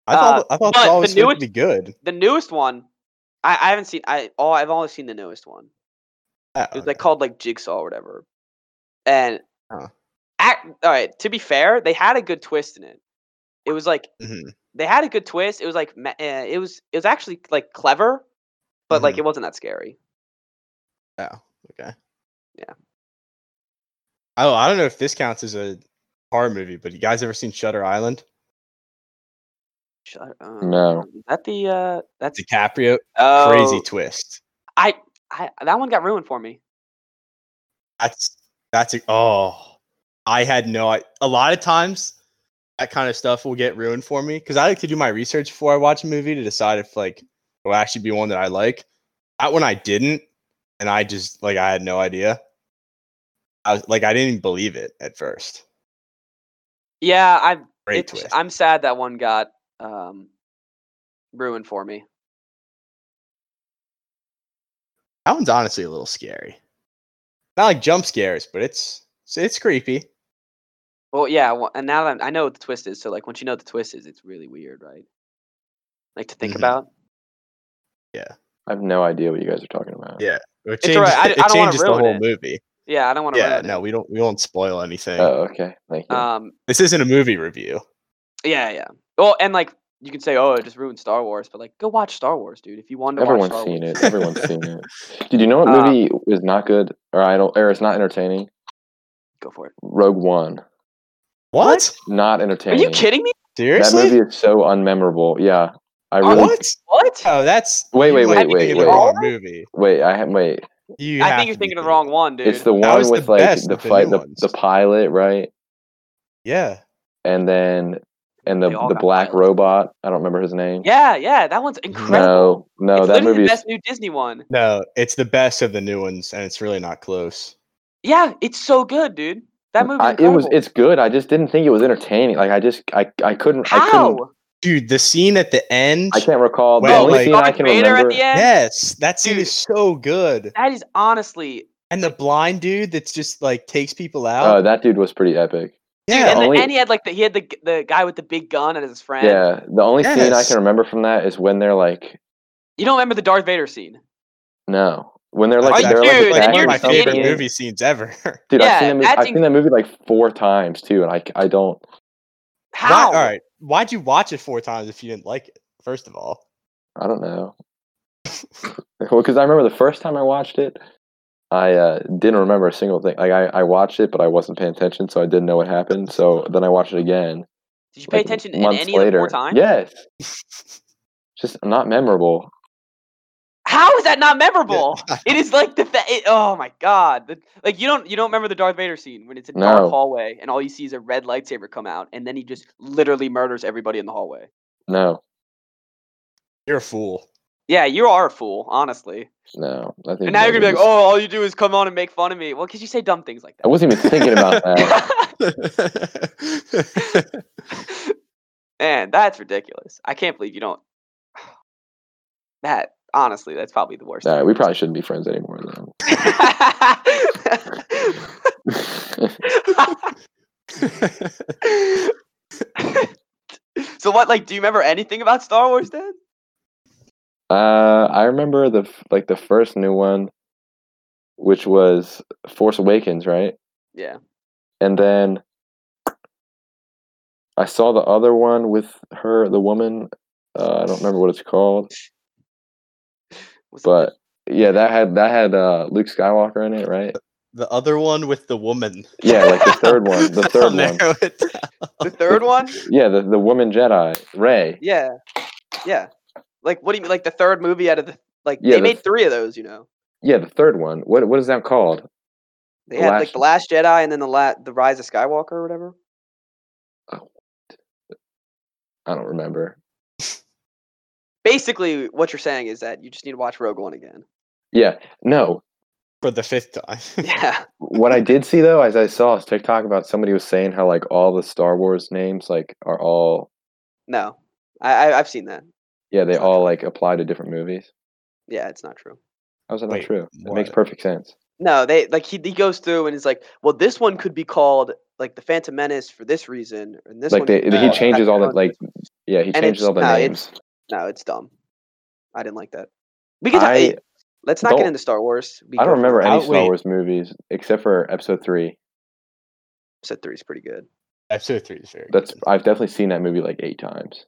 I thought I thought
Uh, but
Saw
the
was supposed
newest-
to be good.
The newest one, I, I haven't seen. I all I've only seen the newest one.
Oh,
It was like called like Jigsaw or whatever. And
Huh.
act, all right, to be fair, they had a good twist in it. It was like
mhm,
they had a good twist. It was like ma- eh, it was it was actually like clever, but like
Mhm.
it wasn't that scary.
oh, okay.
Yeah.
Oh, I don't know if this counts as a horror movie, but you guys ever seen Shutter Island?
Shut up.
No.
uh, Is that the uh that's
DiCaprio,
oh,
crazy twist.
I I that one got ruined for me.
That's that's a, oh, I had no. I, a lot of times that kind of stuff will get ruined for me because I like to do my research before I watch a movie to decide if like it will actually be one that I like. That one I didn't, and I just like I had no idea. I was like I didn't even believe it at first.
Yeah, I
Great
it's-
twist.
I'm sad that one got um ruined for me.
that one's honestly a little scary. Not like jump scares, but it's it's, it's creepy.
Well, yeah, well, and now that I know what the twist is, so like once you know what the twist is, it's really weird, right? Like to think
Mhm.
about.
I have no idea what you guys are talking about.
Yeah. It
It's
changes,
all right, I-
it
I don't wanna
changes the
ruin
whole
it.
movie.
Yeah, I don't want to.
Yeah,
ruin
no, we don't we won't spoil anything.
Oh, okay. Thank
It.
you.
Um.
This isn't a movie review.
Yeah, yeah. Well, and like you can say, oh, it just ruined Star Wars, but like go watch Star Wars, dude. If you want to watch
Everyone's
Star
seen
Wars.
it. Everyone's seen it.
[LAUGHS]
Did you know what
Uh,
movie is not good or I don't or it's not entertaining?
go for it.
Rogue One.
What?
Not
Are
entertaining.
you kidding me?
That
Seriously?
movie is so unmemorable. Yeah, I really
what?
What?
Oh, that's
Wait,
you
wait,
might be
wait,
thinking
wait,
the
wait.
wrong movie.
wait. I have wait.
You
I
have
think you're
to be
thinking of the wrong one, dude.
It's the
That was
one
the
with like
best
the
of the
fight,
new
the,
ones.
the pilot, right?
Yeah.
And then and the
They all
the
got
black
pilots.
robot. I don't remember his name.
yeah, yeah. That
[LAUGHS]
one's incredible.
No, no,
it's
that
literally
movie
the
is.
best new Disney one.
No, it's the best of the new ones, and it's really not close.
Yeah, it's so good, dude. That movie.
I, it was. It's good. I just didn't think it was entertaining. Like I just, I, I couldn't. I couldn't.
how?
Dude, the scene at the end.
I can't recall.
Well,
the only
like-
scene I
Darth
can
Vader
remember.
at the end.
Yes, that scene
Dude.
is so good.
That is honestly,
And the blind dude that's just like takes people
Oh,
out.
that dude was pretty epic.
yeah.
and, the,
only-
and he had like the he had the g- the guy with the big gun and his friend.
Yeah, the only scene I
Yes.
can remember from that is when they're like,
You don't remember the Darth Vader scene?
no, when they're like,
you
they're
Oh, dude,
like
like
and
one
you're
of my
just an
favorite
idiot.
movie scenes ever. [LAUGHS]
Dude,
Yeah,
I've seen that movie.
that's
I've
inc-
seen that movie like four times too, and I, I don't.
Why-
How?
all right, why'd you watch it four times if you didn't like it? First of all,
I don't know. well, because I remember the first time I watched it, I uh, didn't remember a single thing. Like I, I watched it, but I wasn't paying attention, so I didn't know what happened. So then I watched it again.
Did you pay
like,
attention in
months
any of the
later.
four times? [LAUGHS]
Yes. Just not memorable.
How is that not memorable?
[LAUGHS]
it is like the fa- it, oh my god, the, like you don't you don't remember the Darth Vader scene when it's a
No.
dark hallway and all you see is a red lightsaber come out and then he just literally murders everybody in the hallway.
No,
you're a fool. [LAUGHS]
Yeah, you are a fool, honestly.
no. I think
And now
that
you're gonna be like,
was-
oh, all you do is come on and make fun of me. Well, because you say dumb things like [LAUGHS]
I wasn't even thinking about that.
that. Man, that's ridiculous. I can't believe you don't. [SIGHS] That honestly, that's probably the worst.
All
thing
right, we
I've
probably shouldn't be friends anymore. Then. [LAUGHS]
ever seen. [LAUGHS] so what? Like, do you remember anything about Star Wars then?
Uh, I remember the f- like the first new one, which was Force Awakens, right?
Yeah.
And then I saw the other one with her, the woman. Uh, I don't remember what it's called,
What's the-
but yeah, that had that had uh, Luke Skywalker in it, right?
the other one with the woman.
Yeah, like the third one,
[LAUGHS]
the
I'll [LAUGHS]
third one.
narrow it down.
[LAUGHS]
the third one?
Yeah, the the woman Jedi, Ray.
Yeah, yeah. Like, what do you mean? Like the third movie out of the like
Yeah,
they
the
made
f-
three of those. You know,
Yeah, the third one. What what is that called?
they
The
had
Last-
like the Last Jedi and then the la- the Rise of Skywalker or whatever.
I don't remember.
Basically, what you're saying is that you just need to watch Rogue One again. [LAUGHS]
[LAUGHS] Yeah, no.
for the fifth time.
Yeah,
What I did see though, as I saw a TikTok about somebody was saying how like all the Star Wars names like are all
no, I, I I've seen that.
yeah they
It's not
all like apply to different movies.
Yeah, it's not true.
How's that
Wait,
not true? It makes
what?
perfect sense.
No, they like he, he goes through and he's like, well, this one could be called like the Phantom Menace for this reason, and this
like
one. could
they,
be
he
called
changes all the
Attack on-
like yeah he
And
changes
it's-
all the
no,
names.
No, it's dumb. I didn't like that. We can. I,
I-
let's not get
don't-
into Star Wars. We
I
go
don't
for
remember
it.
any
Out-
Star
wait.
Wars movies except for Episode Three.
Episode three is pretty good.
Episode three is very.
That's
good.
I've definitely seen that movie like eight times.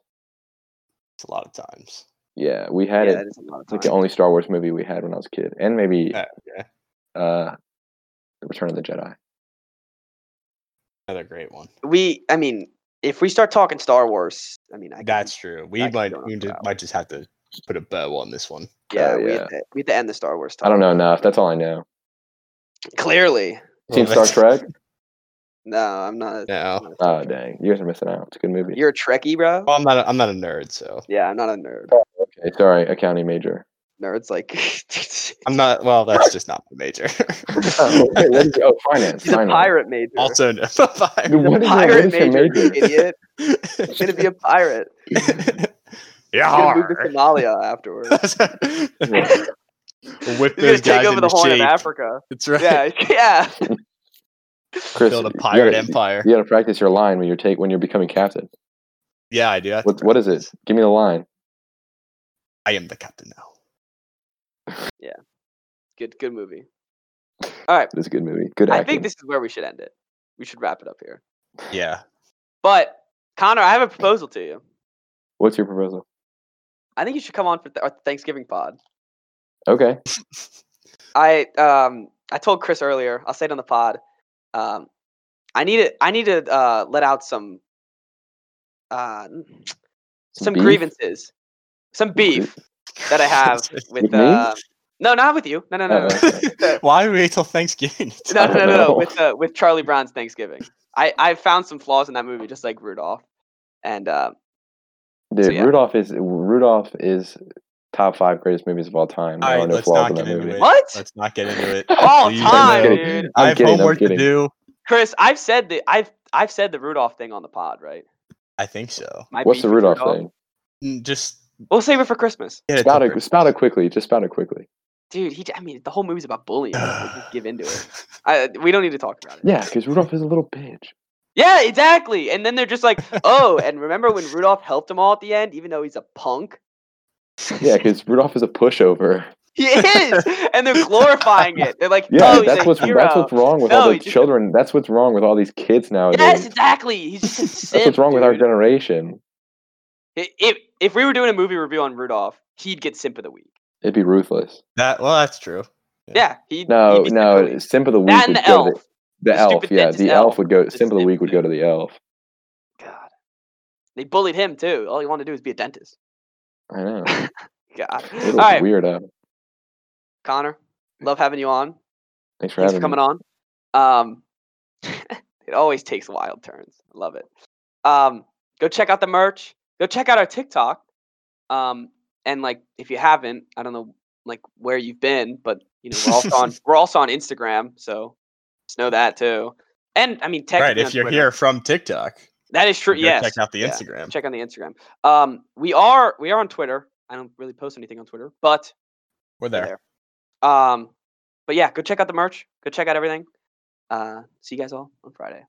It's a lot of times.
Yeah, we had
yeah,
it.
that
It's
is a lot of
like
time.
the only Star Wars movie we had when I was a kid, and maybe
Yeah, yeah.
uh, Return of the Jedi.
Another great one.
we, I mean, if we start talking Star Wars, I mean, I
That's true. We
I could
might
go on
we
for
ju-
hours.
might just have to put a bow on this one.
yeah,
uh,
we,
yeah.
Had to, we had to end the Star Wars talk.
I don't know enough. That's all I know.
Clearly,
Seen
Well,
Star
that's-
Trek?
no, I'm not. a-
[LAUGHS] No,
I'm not a
Oh
Trekkie.
dang, you guys are missing out. It's a good movie.
You're a Trekkie, bro.
well, I'm not. A, I'm not a nerd, so
Yeah, I'm not a nerd.
Okay, sorry,
[LAUGHS]
accounting major.
Nerds like
I'm not. Well, that's just not the major. [LAUGHS]
Oh, wait, what is it? [LAUGHS] oh finance.
he's a
finance.
pirate major.
also, no. [LAUGHS] Bye.
Dude, what is, your- what
pirate
is your
major, you
major?
idiot. He's
[LAUGHS]
gonna be a pirate. He's gonna move to
yeah.
Somalia
[LAUGHS]
afterwards. He's
Whip
gonna
those
take
guys
over
into
the Horn
shape.
of Africa.
That's [LAUGHS] right.
Yeah, [LAUGHS] yeah.
Chris,
Build a
you
pirate
gotta-
empire.
You gotta practice your line when you're take when you're becoming captain.
Yeah, I do. I,
What what is it? Give me the line.
I am the captain now.
Good, good movie.
It's a good movie. Good
I
acting.
think this is where we should end it. We should wrap it up here. [LAUGHS]
Yeah.
But Connor, I have a proposal to you.
What's your proposal?
I think you should come on for th- our Thanksgiving pod.
Okay.
[LAUGHS] I um I told Chris earlier. I'll say it on the pod. Um, I need to I need to uh, let out some uh n- some
beef?
grievances, some beef that I
[LAUGHS]
have with
With me?
uh, no, not with you. No, no, no, no, no.
Uh,
Why do we wait till Thanksgiving? [LAUGHS] to
no,
Oh, [LAUGHS]
no,
talk?
I
no,
don't
no, no,
know.
With uh, with Charlie Brown's Thanksgiving, I I found some flaws in that movie, just like Rudolph, and uh,
Dude,
so, yeah.
Rudolph is Rudolph is top five greatest movies of all time.
All
There are
right,
no
let's not
flaws in that
get into
movie.
it.
What?
Let's not get
[LAUGHS]
into it.
all
Please,
time,
no.
dude.
I'm
I have
kidding, I'm
homework to
kidding.
do.
Chris, I've said the I've I've said the Rudolph thing on the pod, right?
I think so.
My
What's
beef
the
with
Rudolph thing?
Mm, Just
We'll save it for Christmas,
get it.
Spout
to
it,
Chris.
spout it quickly. Just spout it quickly.
dude. He, j- I mean, the whole movie's about bullying. like, just give into
[SIGHS]
it. I, we don't need to talk about it.
Yeah, because Rudolph is a little bitch.
Yeah, exactly. And then they're just
[LAUGHS]
like, oh, and remember when Rudolph helped them all at the end, even though he's a punk?
Yeah, because Rudolph is a pushover.
[LAUGHS] He is, and they're glorifying it. They're like,
[LAUGHS] Yeah,
oh, he's
that's
a
what's
hero.
that's what's wrong with
No,
all
he's
those
just a-
children. That's what's wrong with all these kids nowadays.
yes, exactly. He's just a simp,
[LAUGHS] that's what's wrong with our
dude.
generation.
I- If if we were doing a movie review on Rudolph, he'd get simp of the week.
It'd be ruthless.
[LAUGHS] That well, that's true.
Yeah, he'd
No,
he'd be simp of the
no,
week.
simp of the week
that and
would
the
go to
elf.
the, the
The
elf.
stupid
Yeah,
dentist
the
elf
elf would go.
is
Simp of the
simp
week would go to the elf.
God. They bullied him too. All he wanted to do was be a dentist.
I
[LAUGHS]
know.
God. All
What a
right,
weirdo.
Connor. Love having you on.
Thanks for
Thanks for
having
coming
me.
on. Um, [LAUGHS] it always takes wild turns. I love it. Um, go check out the merch. Go check out our TikTok. Um, and like if you haven't, I don't know like where you've been, but you know, we're also
[LAUGHS]
on we're also on Instagram, so just know that too. And I mean
Right.
technically on
If you're
Twitter.
here from TikTok,
that is true.
you gotta
Yes.
check out the
yeah.
Instagram.
check on the Instagram. Um, we are we are on Twitter. I don't really post anything on Twitter, but
We're
we're
there.
there. Um, but yeah, go check out the merch. Go check out everything. Uh, see you guys all on Friday.